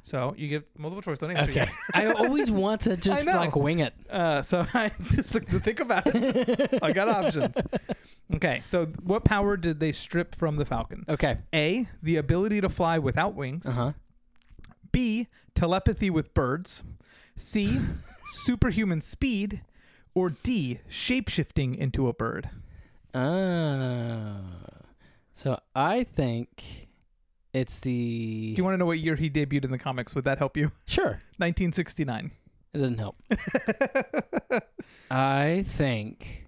Speaker 1: So you get multiple choice on answer.
Speaker 2: Okay. I always want to just
Speaker 1: know.
Speaker 2: like wing it.
Speaker 1: Uh, so I just like to think about it. I got options. Okay, so what power did they strip from the Falcon?
Speaker 2: Okay.
Speaker 1: A, the ability to fly without wings.
Speaker 2: Uh huh.
Speaker 1: B, telepathy with birds. C, superhuman speed. Or D, shapeshifting into a bird.
Speaker 2: Ah. So I think it's the.
Speaker 1: Do you want to know what year he debuted in the comics? Would that help you?
Speaker 2: sure.
Speaker 1: 1969.
Speaker 2: It doesn't help. I think.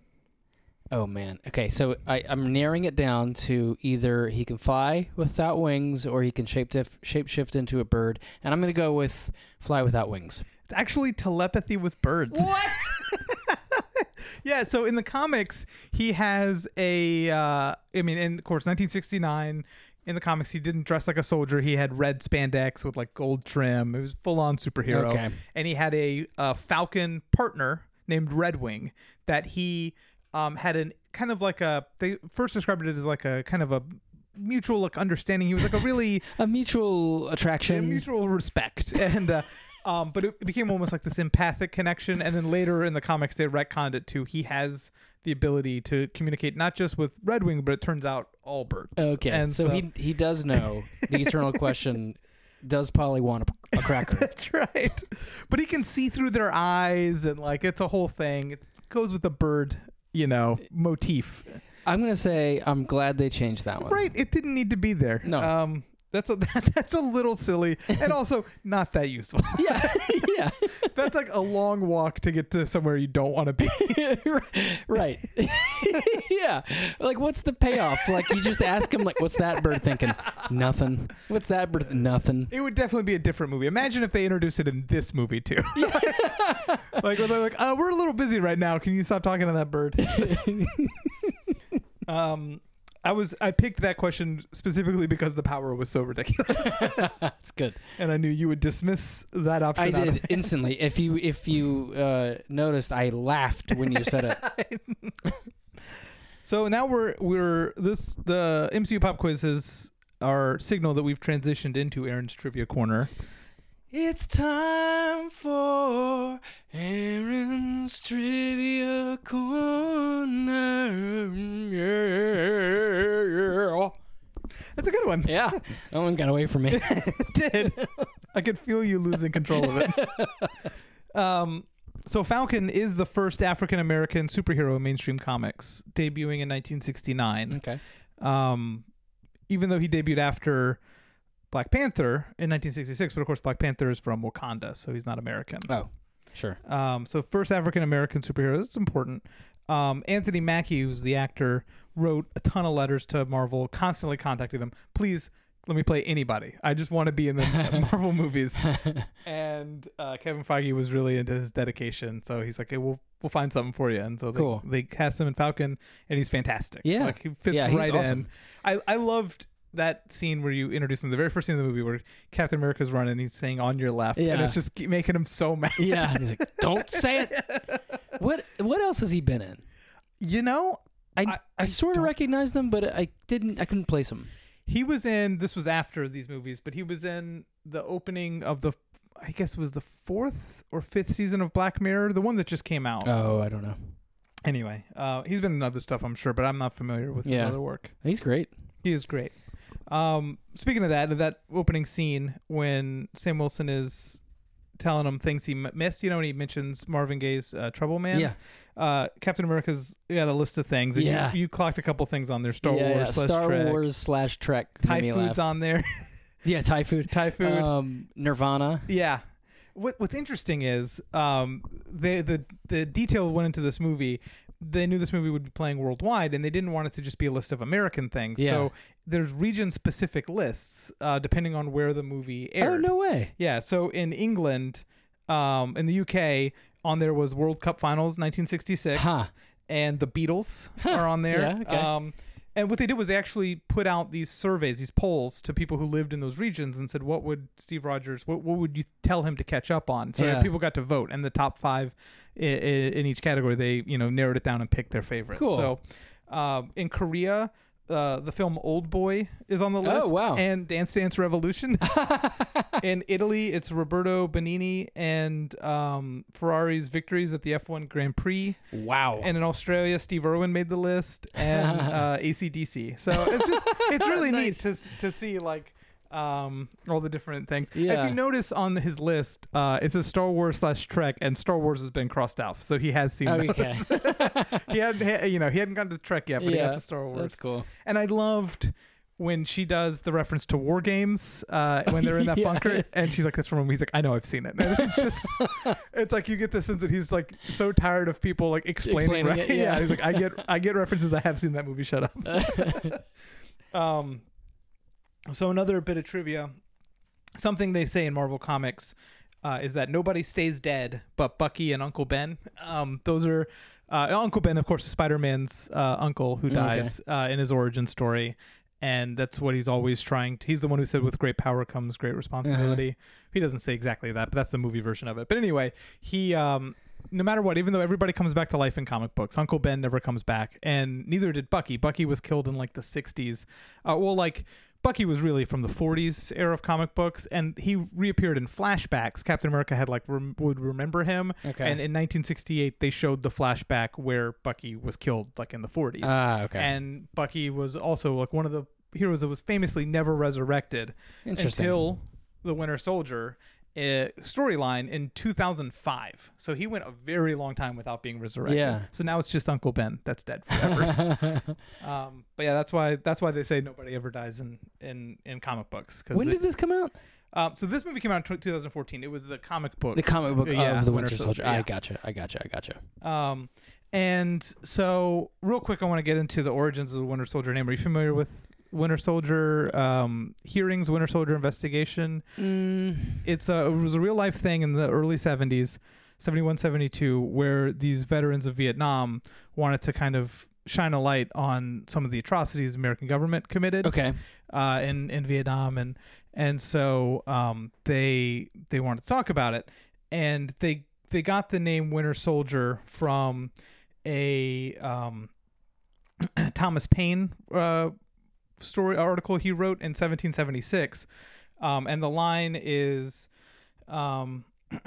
Speaker 2: Oh man. Okay, so I, I'm narrowing it down to either he can fly without wings or he can shape dif- shape shift into a bird, and I'm gonna go with fly without wings.
Speaker 1: actually telepathy with birds.
Speaker 2: What?
Speaker 1: Yeah, so in the comics, he has a. Uh, I mean, and of course, 1969. In the comics, he didn't dress like a soldier. He had red spandex with like gold trim. It was full on superhero.
Speaker 2: Okay.
Speaker 1: And he had a, uh Falcon partner named Red Wing that he um, had an kind of like a. They first described it as like a kind of a mutual like understanding. He was like a really
Speaker 2: A mutual attraction.
Speaker 1: and mutual respect and uh, um, but it became almost like this empathic connection and then later in the comics they retconned it to he has the ability to communicate not just with red wing but it turns out all birds
Speaker 2: okay.
Speaker 1: and
Speaker 2: so, he he does know the eternal question: Does Polly want a, a cracker?
Speaker 1: that's right but he can see through their eyes and like it's a whole thing it goes with the bird you know motif
Speaker 2: I'm gonna say I'm glad they changed that one.
Speaker 1: right it didn't need to be there
Speaker 2: No.
Speaker 1: um that's a that's a little silly and also not that useful
Speaker 2: Yeah. yeah.
Speaker 1: that's like a long walk to get to somewhere you don't want to be
Speaker 2: right. yeah. Like, what's the payoff? Like, you just ask him, like, what's that bird thinking? Nothing. What's that bird? Nothing.
Speaker 1: It would definitely be a different movie. Imagine if they introduced it in this movie too. like where they're like, uh, "We're a little busy right now. Can you stop talking to that bird?" um, I was I picked that question specifically because the power was so ridiculous,
Speaker 2: That's good.
Speaker 1: and I knew you would dismiss that option.
Speaker 2: I
Speaker 1: out of-
Speaker 2: did instantly. If you if you uh, noticed, I laughed when you said it.
Speaker 1: So now we're we're this the MCU pop quizzes are signal that we've transitioned into Aaron's trivia corner.
Speaker 2: It's time for Aaron's Trivia Corner.
Speaker 1: That's a good one.
Speaker 2: Yeah, no one got away from me.
Speaker 1: did. I could feel you losing control of it. Um, so Falcon is the first African American superhero in mainstream comics, debuting in 1969.
Speaker 2: Okay.
Speaker 1: Um, even though he debuted after Black Panther in 1966, but of course Black Panther is from Wakanda, so he's not American.
Speaker 2: Oh, sure.
Speaker 1: Um, so first African American superhero. That's important. Um, Anthony Mackie, who's the actor, wrote a ton of letters to Marvel, constantly contacting them. Please let me play anybody. I just want to be in the Marvel movies. And uh, Kevin Feige was really into his dedication, so he's like, "Okay, we'll we'll find something for you." And so they,
Speaker 2: Cool.
Speaker 1: they cast him in Falcon, and he's fantastic.
Speaker 2: Yeah.
Speaker 1: like he fits
Speaker 2: Yeah, he's
Speaker 1: right
Speaker 2: awesome.
Speaker 1: in. I I loved. That scene where you introduce him, the very first scene of the movie where Captain America's running, he's saying on your left, and
Speaker 2: Yeah.
Speaker 1: it's just keep making him so mad.
Speaker 2: Yeah. He's like, don't say it. What What else has he been in?
Speaker 1: You know,
Speaker 2: I I,
Speaker 1: I- I
Speaker 2: sort of
Speaker 1: don't-
Speaker 2: recognized them, but I didn't. I couldn't place them.
Speaker 1: he was in this was after these movies but he was in the opening of the i guess it was the fourth or fifth season of black mirror the one that just came out
Speaker 2: Oh, I don't know.
Speaker 1: anyway uh, he's been in other stuff i'm sure but i'm not familiar with
Speaker 2: Yeah.
Speaker 1: his other work
Speaker 2: He's great.
Speaker 1: he is great um, speaking of that that opening scene when sam wilson is telling him things he m- missed you know when he mentions marvin gaye's uh, trouble man
Speaker 2: Yeah.
Speaker 1: uh, captain america's got a list of things and
Speaker 2: Yeah.
Speaker 1: you, you clocked a couple things on there star
Speaker 2: yeah,
Speaker 1: wars
Speaker 2: yeah.
Speaker 1: slash
Speaker 2: Star
Speaker 1: Trek,
Speaker 2: Wars slash Trek.
Speaker 1: thai
Speaker 2: made me
Speaker 1: food's
Speaker 2: laugh.
Speaker 1: on there
Speaker 2: Yeah, Thai food.
Speaker 1: thai food
Speaker 2: Um, Nirvana.
Speaker 1: Yeah. What What's interesting is um, the the the detail that went into this movie. They knew this movie would be playing worldwide, and they didn't want it to just be a list of American things.
Speaker 2: Yeah.
Speaker 1: So there's region specific lists uh, depending on where the movie aired.
Speaker 2: Oh no way.
Speaker 1: Yeah. So in England, um, in the UK, on there was World Cup Finals 1966,
Speaker 2: Huh.
Speaker 1: and the Beatles are on there.
Speaker 2: Yeah, okay.
Speaker 1: Um, and what they did was they actually put out these surveys, these polls to people who lived in those regions and said, what would Steve Rogers, what, what would you tell him to catch up on? So
Speaker 2: Yeah.
Speaker 1: people got to vote, and the top five i- i- in each category, they you know narrowed it down and picked their favorite.
Speaker 2: Cool.
Speaker 1: So um, in Korea. Uh, the film Old Boy is on the list.
Speaker 2: Oh, wow.
Speaker 1: And Dance Dance Revolution. In Italy, it's Roberto Benini and um, Ferrari's victories at the F1 Grand Prix.
Speaker 2: Wow.
Speaker 1: And in Australia, Steve Irwin made the list and uh, ACDC. So it's just, it's really
Speaker 2: Nice.
Speaker 1: neat to, to see like um, all the different things.
Speaker 2: Yeah.
Speaker 1: If you notice on his list, uh, it says Star Wars slash Trek and Star Wars has been crossed out. So he has seen those.
Speaker 2: Oh, okay.
Speaker 1: He hadn't, you know, he hadn't gotten to Trek yet, but he got to Star Wars.
Speaker 2: That's cool.
Speaker 1: And I loved when she does the reference to war games uh, when they're in that
Speaker 2: Yeah.
Speaker 1: bunker, and she's like, "That's from him." He's like, "I know, I've seen it." And it's just, it's like you get the sense that he's like so tired of people like explaining,
Speaker 2: Explaining
Speaker 1: right?
Speaker 2: it, yeah.
Speaker 1: he's like, "I get, I get references. I have seen that movie. Shut up." um, so another bit of trivia, something they say in Marvel comics. uh, is that nobody stays dead but Bucky and Uncle Ben. Um, those are uh, Uncle Ben, of course, is Spider Man's uh, uncle who dies uh, in his origin story. And that's what he's always trying to. He's the one who said, with great power comes great responsibility. He doesn't say exactly that, but that's the movie version of it. But anyway, he. Um, no matter what, even though everybody comes back to life in comic books, Uncle Ben never comes back, and neither did Bucky. Bucky was killed in like the '60s. Uh, well, like Bucky was really from the 40s era of comic books, and he reappeared in flashbacks. Captain America had like rem- would remember him,
Speaker 2: Okay.
Speaker 1: and in 1968 they showed the flashback where Bucky was killed, like in the 40s.
Speaker 2: Ah, okay.
Speaker 1: And Bucky was also like one of the heroes that was famously never resurrected
Speaker 2: Interesting.
Speaker 1: until the Winter Soldier uh, storyline in 2005. So he went a very long time without being resurrected.
Speaker 2: Yeah.
Speaker 1: So now it's just Uncle Ben that's dead forever. Um, but yeah, that's why that's why they say nobody ever dies in in in comic books. 'cause
Speaker 2: when
Speaker 1: it-
Speaker 2: did this come out?
Speaker 1: um, so this movie came out in tw- 2014. It was the comic book.
Speaker 2: The comic book
Speaker 1: Yeah,
Speaker 2: of the
Speaker 1: Winter
Speaker 2: Winter,
Speaker 1: Soldier,
Speaker 2: Soldier.
Speaker 1: yeah.
Speaker 2: I gotcha. I gotcha. I gotcha.
Speaker 1: um, and so real quick, I want to get into the origins of the Winter Soldier name. Are you familiar with Winter Soldier um, hearings? Winter Soldier investigation. It's a it was a real life thing in the early 70s, 71, 72, where these veterans of Vietnam wanted to kind of shine a light on some of the atrocities the American government committed.
Speaker 2: Okay.
Speaker 1: uh, in in Vietnam, and and so um, they they wanted to talk about it, and they they got the name Winter Soldier from a um, Thomas Paine uh, story article he wrote in 1776, um, and the line is. Um,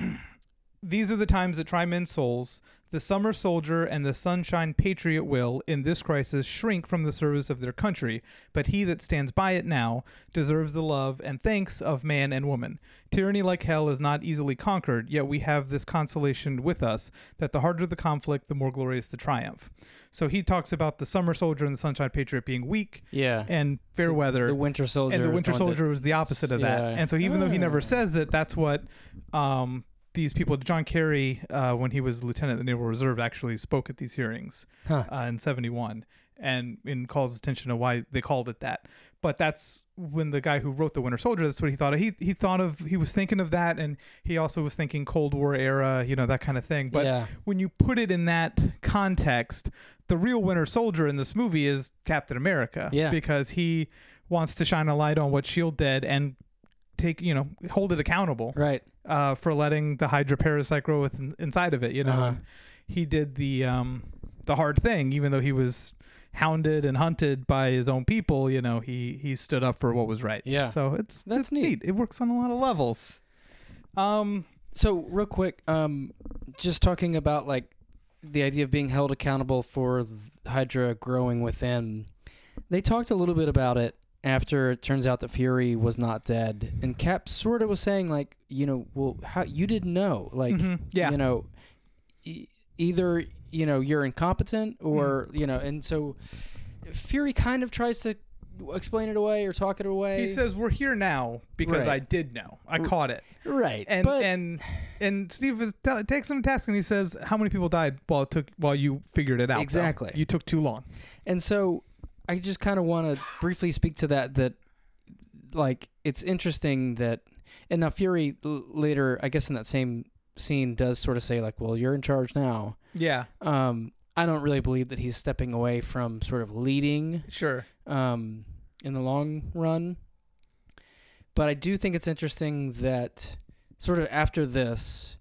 Speaker 1: These are the times that try men's souls. The summer soldier and the sunshine patriot will, in this crisis, shrink from the service of their country, but he that stands by it now deserves the love and thanks of man and woman. Tyranny like hell is not easily conquered, yet we have this consolation with us that the harder the conflict, the more glorious the triumph. So he talks about the summer soldier and the sunshine patriot being weak
Speaker 2: Yeah.
Speaker 1: and fair weather
Speaker 2: the Winter Soldier.
Speaker 1: and the
Speaker 2: is
Speaker 1: Winter
Speaker 2: one that-
Speaker 1: Soldier was the opposite of that.
Speaker 2: Yeah. Ah.
Speaker 1: And so even though he never says it, that's what um, these people. John Kerry, uh, when he was lieutenant of the Naval Reserve, actually spoke at these hearings
Speaker 2: Huh.
Speaker 1: uh, in '71, and and calls attention to why they called it that. But that's when the guy who wrote the Winter Soldier. That's what he thought. Of. He he thought of he was thinking of that, and he also was thinking Cold War era, you know, that kind of thing. But
Speaker 2: Yeah.
Speaker 1: when you put it in that context, the real Winter Soldier in this movie is Captain America
Speaker 2: Yeah.
Speaker 1: because he wants to shine a light on what Shield E did and take you know hold it accountable
Speaker 2: Right.
Speaker 1: uh, for letting the Hydra parasite grow within, inside of it. You know,
Speaker 2: Uh-huh.
Speaker 1: And he did the um, the hard thing, even though he was hounded and hunted by his own people. You know, he he stood up for what was right.
Speaker 2: Yeah.
Speaker 1: so it's
Speaker 2: That's
Speaker 1: it's
Speaker 2: neat.
Speaker 1: neat. It works on a lot of levels. Um,
Speaker 2: So real quick, um, just talking about like the idea of being held accountable for Hydra growing within. They talked a little bit about it after it turns out that Fury was not dead, and Cap sort of was saying like, you know, well, how you didn't know, like,
Speaker 1: mhm, yeah,
Speaker 2: you know, e- either you know you're incompetent or
Speaker 1: Mm.
Speaker 2: you know, and so Fury kind of tries to explain it away or talk it away.
Speaker 1: he says we're here now because
Speaker 2: Right.
Speaker 1: I did know. I caught it.
Speaker 2: right,
Speaker 1: and
Speaker 2: but-
Speaker 1: and and Steve is t- takes him to task and he says, "How many people died while it took while you figured it out? though?
Speaker 2: Exactly.
Speaker 1: you took too long."
Speaker 2: And so I just kind of want to briefly speak to that that like it's interesting that and now Fury l- later I guess in that same scene does sort of say like well you're in charge now.
Speaker 1: Yeah,
Speaker 2: Um I don't really believe that he's stepping away from sort of leading
Speaker 1: sure.
Speaker 2: um in the long run. But I do think it's interesting that sort of after this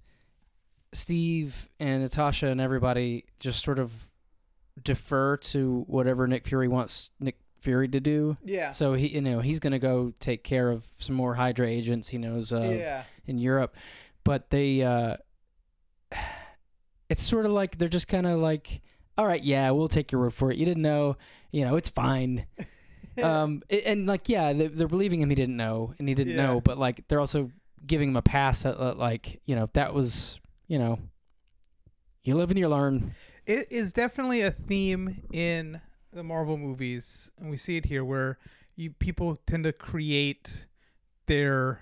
Speaker 2: Steve and Natasha and everybody just sort of defer to whatever Nick Fury wants Nick Fury to do.
Speaker 1: Yeah,
Speaker 2: So he, you know, he's going to go take care of some more Hydra agents he knows of
Speaker 1: yeah,
Speaker 2: in Europe, but they, uh, it's sort of like they're just kind of like, all right, yeah, we'll take your word for it. You didn't know, you know, it's fine. um, a- and like, yeah, they- they're believing him. He didn't know, and he didn't
Speaker 1: Yeah.
Speaker 2: know, but like, they're also giving him a pass at uh, like, you know, that was, you know, you live and you learn.
Speaker 1: it is definitely a theme in the Marvel movies, and we see it here where you people tend to create their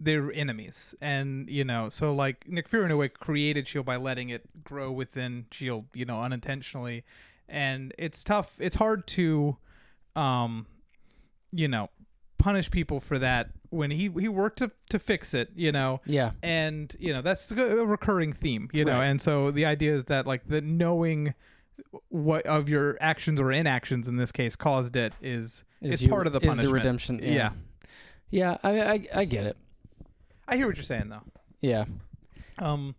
Speaker 1: their enemies and you know so like nick fury in a way created shield E by letting it grow within shield E you know unintentionally and it's tough it's hard to um you know punish people for that when he he worked to to fix it, you know.
Speaker 2: Yeah.
Speaker 1: And you know that's a recurring theme, you know.
Speaker 2: Right.
Speaker 1: And so the idea is that like the knowing what of your actions or inactions in this case caused it is
Speaker 2: Is
Speaker 1: is,
Speaker 2: you-
Speaker 1: part of the
Speaker 2: is
Speaker 1: punishment.
Speaker 2: the redemption. Yeah.
Speaker 1: Yeah.
Speaker 2: Yeah, I, I I get it.
Speaker 1: I hear what you're saying though.
Speaker 2: Yeah.
Speaker 1: Um,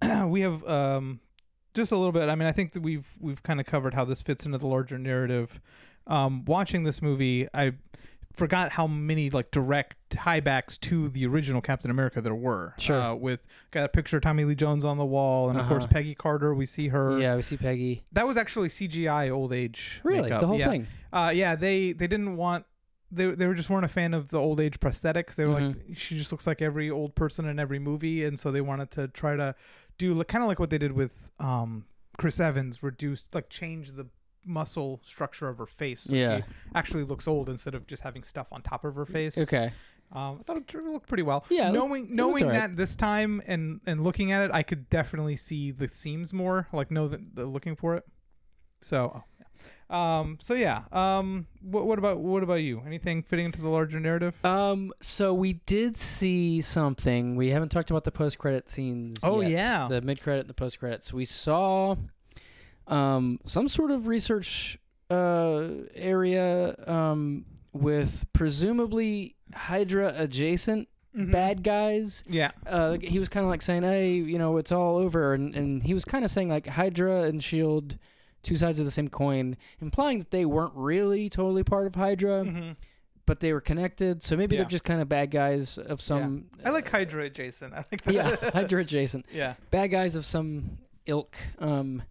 Speaker 1: we have um, just a little bit. I mean, I think that we've we've kind of covered how this fits into the larger narrative. Um, watching this movie, I forgot how many like direct tiebacks to the original Captain America there were.
Speaker 2: Sure.
Speaker 1: Uh, with got a picture of Tommy Lee Jones on the wall, and of course
Speaker 2: Uh-huh.
Speaker 1: Peggy Carter. We see her.
Speaker 2: Yeah, we see Peggy.
Speaker 1: That was actually CGI old age.
Speaker 2: Really?
Speaker 1: makeup.
Speaker 2: The whole
Speaker 1: yeah.
Speaker 2: thing.
Speaker 1: Uh, yeah. They they didn't want. They, they were just weren't a fan of the old age prosthetics. They were like, she just looks like every old person in every movie, and so they wanted to try to do kind of like what they did with um, Chris Evans, reduced like change the muscle structure of her face. So
Speaker 2: Yeah.
Speaker 1: she actually looks old instead of just having stuff on top of her face.
Speaker 2: Okay.
Speaker 1: Um, I thought it looked pretty well.
Speaker 2: Yeah, it
Speaker 1: Knowing
Speaker 2: looked- it looked
Speaker 1: knowing
Speaker 2: alright.
Speaker 1: that this time and and looking at it, I could definitely see the seams more. Like know that the looking for it. So, um, so yeah. Um, what what about what about you? Anything fitting into the larger narrative?
Speaker 2: Um. So we did see something. We haven't talked about the post-credit scenes.
Speaker 1: Oh,
Speaker 2: yet.
Speaker 1: yeah.
Speaker 2: The mid-credit and the post-credits. We saw, um, some sort of research, uh, area, um, with presumably Hydra adjacent
Speaker 1: Mm-hmm.
Speaker 2: bad guys.
Speaker 1: Yeah.
Speaker 2: uh, he was kind of like saying, "Hey, you know, it's all over," and, and he was kind of saying like Hydra and Shield, E two sides of the same coin, implying that they weren't really totally part of Hydra,
Speaker 1: Mm-hmm.
Speaker 2: but they were connected. So maybe
Speaker 1: Yeah.
Speaker 2: they're just kind of bad guys of some.
Speaker 1: I like Hydra adjacent. I like that.
Speaker 2: yeah, Hydra adjacent
Speaker 1: yeah.
Speaker 2: bad guys of some ilk. Um,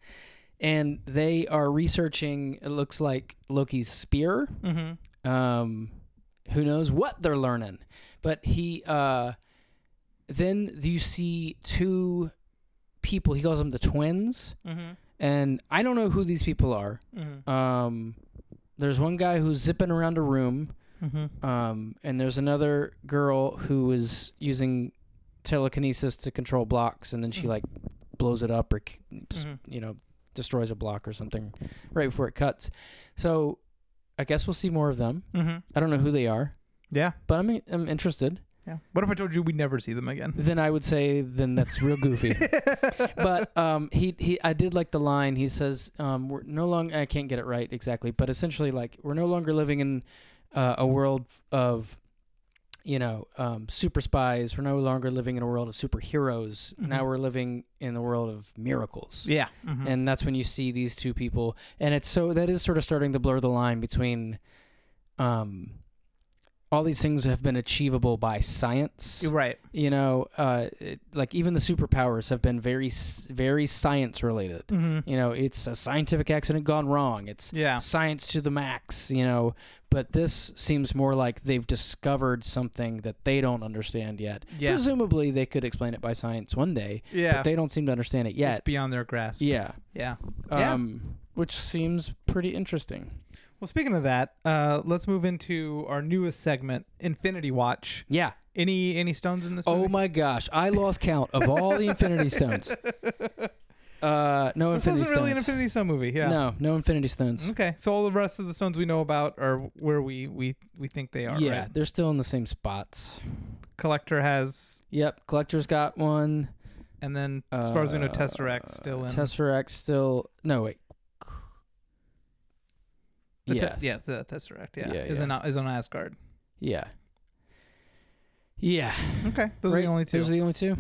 Speaker 2: and they are researching. It looks like Loki's spear.
Speaker 1: Mm.
Speaker 2: Mm-hmm. Um, who knows what they're learning? But he. Uh, then you see two people. He calls them the twins,
Speaker 1: Mm-hmm.
Speaker 2: and I don't know who these people are.
Speaker 1: Mm-hmm.
Speaker 2: Um, there's one guy who's zipping around a room,
Speaker 1: Mm-hmm.
Speaker 2: um, and there's another girl who is using telekinesis to control blocks, and then she
Speaker 1: Mhm.
Speaker 2: like blows it up or k- s-
Speaker 1: Mhm.
Speaker 2: you know destroys a block or something right before it cuts. So I guess we'll see more of them.
Speaker 1: Mm-hmm.
Speaker 2: I don't know who they are,
Speaker 1: Yeah.
Speaker 2: but I'm I'm interested.
Speaker 1: Yeah. What if I told you we'd never see them again?
Speaker 2: Then I would say then that's real goofy. but um, he he I did like the line he says um, we're no longer I can't get it right exactly, but essentially like we're no longer living in uh, a world of you know um, super spies. We're no longer living in a world of superheroes. Now
Speaker 1: Mhm.
Speaker 2: we're living in the world of miracles.
Speaker 1: Yeah. Mhm.
Speaker 2: And that's when you see these two people, and it's so that is sort of starting to blur the line between, um, all these things have been achievable by science
Speaker 1: You're right.
Speaker 2: you know, uh, it, like even the superpowers have been very, s- very science related.
Speaker 1: Mm-hmm.
Speaker 2: You know, it's a scientific accident gone wrong. It's
Speaker 1: Yeah.
Speaker 2: science to the max. You know, but this seems more like they've discovered something that they don't understand yet.
Speaker 1: Yeah.
Speaker 2: Presumably, they could explain it by science one day,
Speaker 1: Yeah.
Speaker 2: but they don't seem to understand it
Speaker 1: It's
Speaker 2: yet.
Speaker 1: beyond their grasp.
Speaker 2: Yeah.
Speaker 1: Yeah. Yeah.
Speaker 2: Um, which seems pretty interesting.
Speaker 1: Well, speaking of that, uh, let's move into our newest segment, Infinity Watch.
Speaker 2: Yeah.
Speaker 1: Any any stones in this?
Speaker 2: Oh
Speaker 1: movie?
Speaker 2: my gosh, I lost count of all the Infinity Stones. Uh, no
Speaker 1: This wasn't
Speaker 2: Infinity
Speaker 1: really an
Speaker 2: Stones.
Speaker 1: Infinity Stone movie. Yeah.
Speaker 2: No, no Infinity Stones.
Speaker 1: Okay, so all the rest of the stones we know about are where we we we think they are.
Speaker 2: Yeah,
Speaker 1: right?
Speaker 2: they're still in the same spots.
Speaker 1: Collector has,
Speaker 2: Yep, Collector's got one.
Speaker 1: and then as far as we know,
Speaker 2: Uh,
Speaker 1: Tesseract still in.
Speaker 2: Tesseract still. No wait.
Speaker 1: the te-
Speaker 2: yes.
Speaker 1: yeah, the Tesseract. Yeah,
Speaker 2: Yeah,
Speaker 1: is
Speaker 2: yeah.
Speaker 1: in is on Asgard.
Speaker 2: Yeah. Yeah.
Speaker 1: Okay, those are
Speaker 2: Right?
Speaker 1: the only two.
Speaker 2: Those are the only two.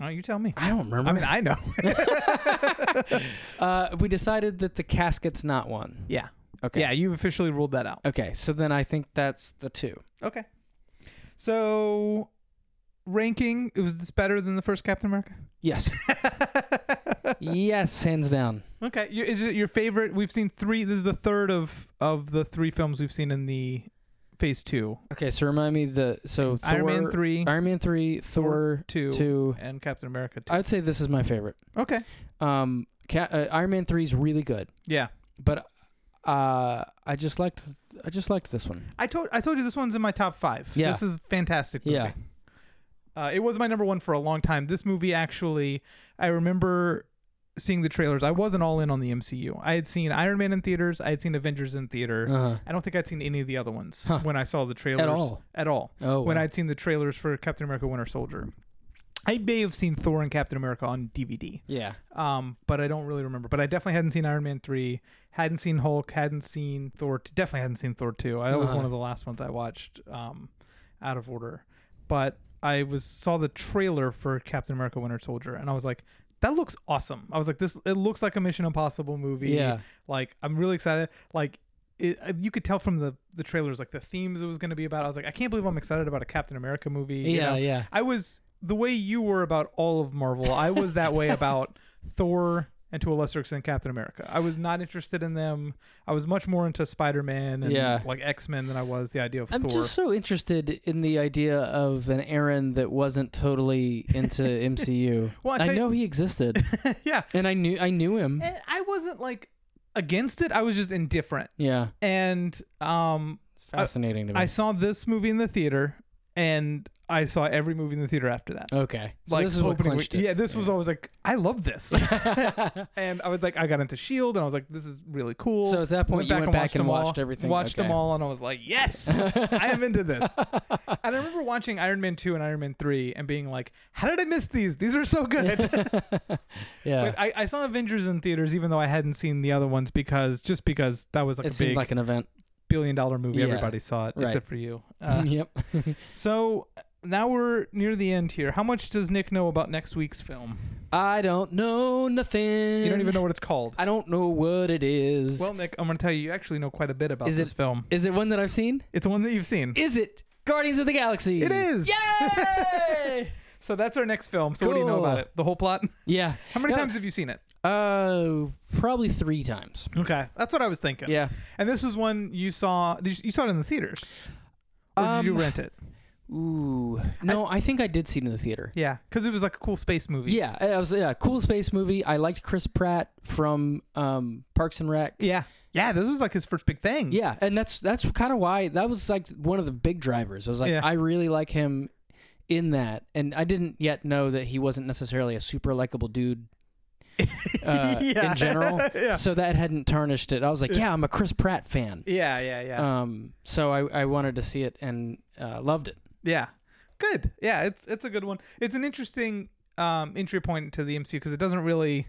Speaker 1: oh, you tell me.
Speaker 2: I don't remember.
Speaker 1: I mean, I know.
Speaker 2: uh, we decided that the casket's not one.
Speaker 1: yeah,
Speaker 2: Okay.
Speaker 1: yeah, you've officially ruled that out.
Speaker 2: Okay. So then I think that's the two.
Speaker 1: Okay, so ranking was this better than the first Captain America?
Speaker 2: Yes. yes, hands down.
Speaker 1: Okay, your, is it your favorite? We've seen three. This is the third of of the three films we've seen in the Phase Two:
Speaker 2: Okay. So remind me the so
Speaker 1: Iron Man
Speaker 2: Thor-
Speaker 1: three,
Speaker 2: Iron Man three, Thor,
Speaker 1: two,
Speaker 2: two.
Speaker 1: and Captain America two.
Speaker 2: I would say this is my favorite.
Speaker 1: okay,
Speaker 2: Um, Ca uh, Iron Man three is really good,
Speaker 1: yeah.
Speaker 2: but uh, I just liked I just liked this one.
Speaker 1: I told I told you this one's in my top five.
Speaker 2: Yeah.
Speaker 1: this is a fantastic. Movie.
Speaker 2: Yeah.
Speaker 1: uh, it was my number one for a long time. This movie actually, I remember seeing the trailers, I wasn't all in on the MCU. I had seen Iron Man in theaters. I had seen Avengers in theater.
Speaker 2: Uh-huh.
Speaker 1: I don't think I'd seen any of the other ones
Speaker 2: Huh.
Speaker 1: when I saw the trailers
Speaker 2: all?
Speaker 1: At all.
Speaker 2: Oh,
Speaker 1: when
Speaker 2: wow.
Speaker 1: I'd seen the trailers for Captain America: Winter Soldier, I may have seen Thor and Captain America on DVD,
Speaker 2: Yeah.
Speaker 1: um, but I don't really remember. But I definitely hadn't seen Iron Man three, hadn't seen Hulk, hadn't seen Thor. T- definitely hadn't seen Thor two. I that was
Speaker 2: Uh-huh.
Speaker 1: one of the last ones I watched um, out of order, but I was saw the trailer for Captain America: Winter Soldier, and I was like. That looks awesome. I was like, this. It looks like a Mission Impossible movie.
Speaker 2: Yeah.
Speaker 1: Like, I'm really excited. Like, it, you could tell from the the trailers, like the themes it was going to be about. I was like, I can't believe I'm excited about a Captain America movie. you
Speaker 2: Yeah,
Speaker 1: know?
Speaker 2: yeah.
Speaker 1: I was the way you were about all of Marvel. I was that way about Thor and to a lesser extent Captain America. I was not interested in them. I was much more into Spider Man and
Speaker 2: Yeah.
Speaker 1: like X Men than I was the idea of
Speaker 2: I'm
Speaker 1: Thor.
Speaker 2: just so interested in the idea of an Aaron that wasn't totally into MCU.
Speaker 1: Well, I
Speaker 2: I
Speaker 1: tell you- Eh.
Speaker 2: know he existed,
Speaker 1: yeah,
Speaker 2: and I knew I knew him.
Speaker 1: and I wasn't like against it. I was just indifferent.
Speaker 2: Yeah,
Speaker 1: And um,
Speaker 2: it's fascinating to me.
Speaker 1: I saw this movie in the theater, and I saw every movie in the theater after that.
Speaker 2: okay, so this is what
Speaker 1: opening
Speaker 2: clinched
Speaker 1: week-
Speaker 2: it.
Speaker 1: Yeah, this was always like, I love this. and I was like, I got into Shield, and I was like, this is really cool.
Speaker 2: So at that point, you went back and
Speaker 1: them all,
Speaker 2: watched everything?
Speaker 1: Watched them
Speaker 2: Okay.
Speaker 1: all, and I was like, yes, I am into this. And I remember watching Iron Man two and Iron Man three, and being like, how did I miss these? These are so good.
Speaker 2: yeah.
Speaker 1: but I, I saw Avengers in theaters, even though I hadn't seen the other ones because just because that was like
Speaker 2: it
Speaker 1: a
Speaker 2: seemed
Speaker 1: big
Speaker 2: like an event.
Speaker 1: billion dollar movie.
Speaker 2: Yeah.
Speaker 1: Everybody saw it
Speaker 2: Right.
Speaker 1: except for you. Uh,
Speaker 2: yep.
Speaker 1: so. Now we're near the end here. How much does Nick know about next week's film?
Speaker 2: I don't know nothing.
Speaker 1: You don't even know what it's called.
Speaker 2: I don't know what it is.
Speaker 1: Well, Nick, I'm going to tell you, you actually know quite a bit about
Speaker 2: Is
Speaker 1: this
Speaker 2: it-
Speaker 1: film.
Speaker 2: is it one that I've seen?
Speaker 1: It's one that you've seen.
Speaker 2: Is it Guardians of the Galaxy?
Speaker 1: It is.
Speaker 2: Yay!
Speaker 1: So that's our next film. So what do you know
Speaker 2: Cool.
Speaker 1: about it? The whole plot?
Speaker 2: yeah.
Speaker 1: How many
Speaker 2: No,
Speaker 1: times have you seen it?
Speaker 2: Uh, probably three times.
Speaker 1: Okay. That's what I was thinking.
Speaker 2: Yeah.
Speaker 1: And this was one you saw, did you, you saw it in the theaters. Or did you
Speaker 2: Um,
Speaker 1: rent it?
Speaker 2: Ooh. No, I, think I did see it in the theater.
Speaker 1: Yeah. Because it was like a cool space movie.
Speaker 2: Yeah, it was yeah, cool space movie. I liked Chris Pratt from um, Parks and Rec.
Speaker 1: Yeah. Yeah. This was like his first big thing.
Speaker 2: Yeah, and that's that's kind of why that was like one of the big drivers. I was like,
Speaker 1: Yeah.
Speaker 2: I really like him in that, and I didn't yet know that he wasn't necessarily a super likable dude. uh,
Speaker 1: Yeah.
Speaker 2: In general,
Speaker 1: Yeah.
Speaker 2: so that hadn't tarnished it. I was like, yeah, I'm a Chris Pratt fan.
Speaker 1: Yeah. Yeah. Yeah.
Speaker 2: Um, so I, I wanted to see it and uh, loved it.
Speaker 1: Yeah. Good. Yeah, it's it's a good one. It's an interesting um entry point to the MCU because it doesn't really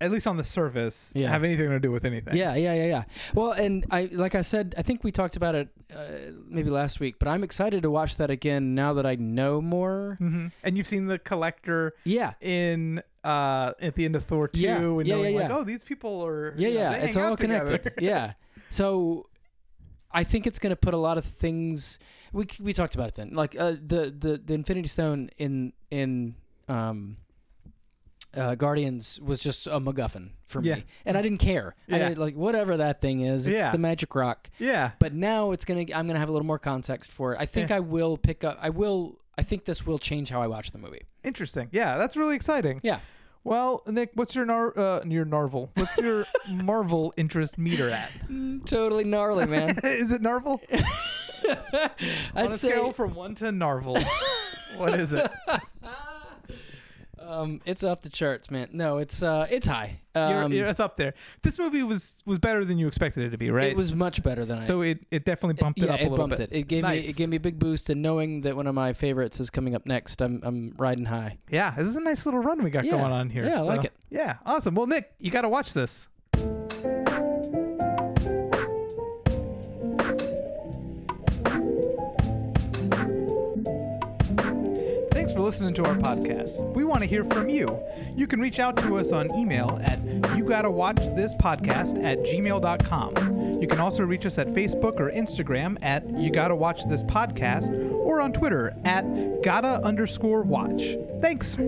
Speaker 1: at least on the surface
Speaker 2: Yeah.
Speaker 1: have anything to do with anything.
Speaker 2: Yeah, yeah, yeah, yeah. Well, and I like I said, I think we talked about it uh, maybe last week, but I'm excited to watch that again now that I know more.
Speaker 1: hmm And you've seen the collector
Speaker 2: Yeah.
Speaker 1: in uh at the end of Thor 2
Speaker 2: Yeah.
Speaker 1: and
Speaker 2: Yeah,
Speaker 1: knowing
Speaker 2: yeah,
Speaker 1: like,
Speaker 2: yeah.
Speaker 1: oh, these people are
Speaker 2: Yeah,
Speaker 1: you know,
Speaker 2: yeah.
Speaker 1: they
Speaker 2: It's
Speaker 1: hang out
Speaker 2: all connected.
Speaker 1: together.
Speaker 2: yeah. So I think it's going to put a lot of things we we talked about it then. Like uh, the the the Infinity Stone in in um uh, Guardians was just a MacGuffin for
Speaker 1: Yeah.
Speaker 2: me, and I didn't care. I
Speaker 1: Yeah.
Speaker 2: didn't, like whatever that thing is, it's
Speaker 1: Yeah.
Speaker 2: the magic rock.
Speaker 1: yeah.
Speaker 2: but now it's gonna i'm gonna have a little more context for it i think
Speaker 1: Yeah.
Speaker 2: i will pick up i will i think this will change how i watch the movie
Speaker 1: Interesting. Yeah, that's really exciting.
Speaker 2: yeah
Speaker 1: Well, Nick, what's your nar- uh, your narvel? What's your Marvel interest meter at?
Speaker 2: totally gnarly man
Speaker 1: Is it narvel? on
Speaker 2: i'd
Speaker 1: a
Speaker 2: say
Speaker 1: scale from 1 to narvel. what is it?
Speaker 2: um, it's off the charts man no it's uh it's high
Speaker 1: You're,
Speaker 2: um,
Speaker 1: you're- it's up there. This movie was was better than you expected it to be, right?
Speaker 2: it was much better than i
Speaker 1: So it, it definitely bumped it,
Speaker 2: yeah,
Speaker 1: up a
Speaker 2: it
Speaker 1: little
Speaker 2: bumped
Speaker 1: bit.
Speaker 2: it. It gave
Speaker 1: Nice.
Speaker 2: me it gave me a big boost, and knowing that one of my favorites is coming up next, I'm I'm riding high.
Speaker 1: Yeah, this is a nice little run we got
Speaker 2: Yeah.
Speaker 1: going on here.
Speaker 2: Yeah, I
Speaker 1: so-
Speaker 2: like it.
Speaker 1: Yeah, awesome. Well, Nick, you got to watch this. Thanks for listening to our podcast. We want to hear from you. You can reach out to us on email at you gotta watch this podcast at gmail.com. You can also reach us at Facebook or Instagram at you gotta watch this podcast or on Twitter at gotta underscore watch. Thanks.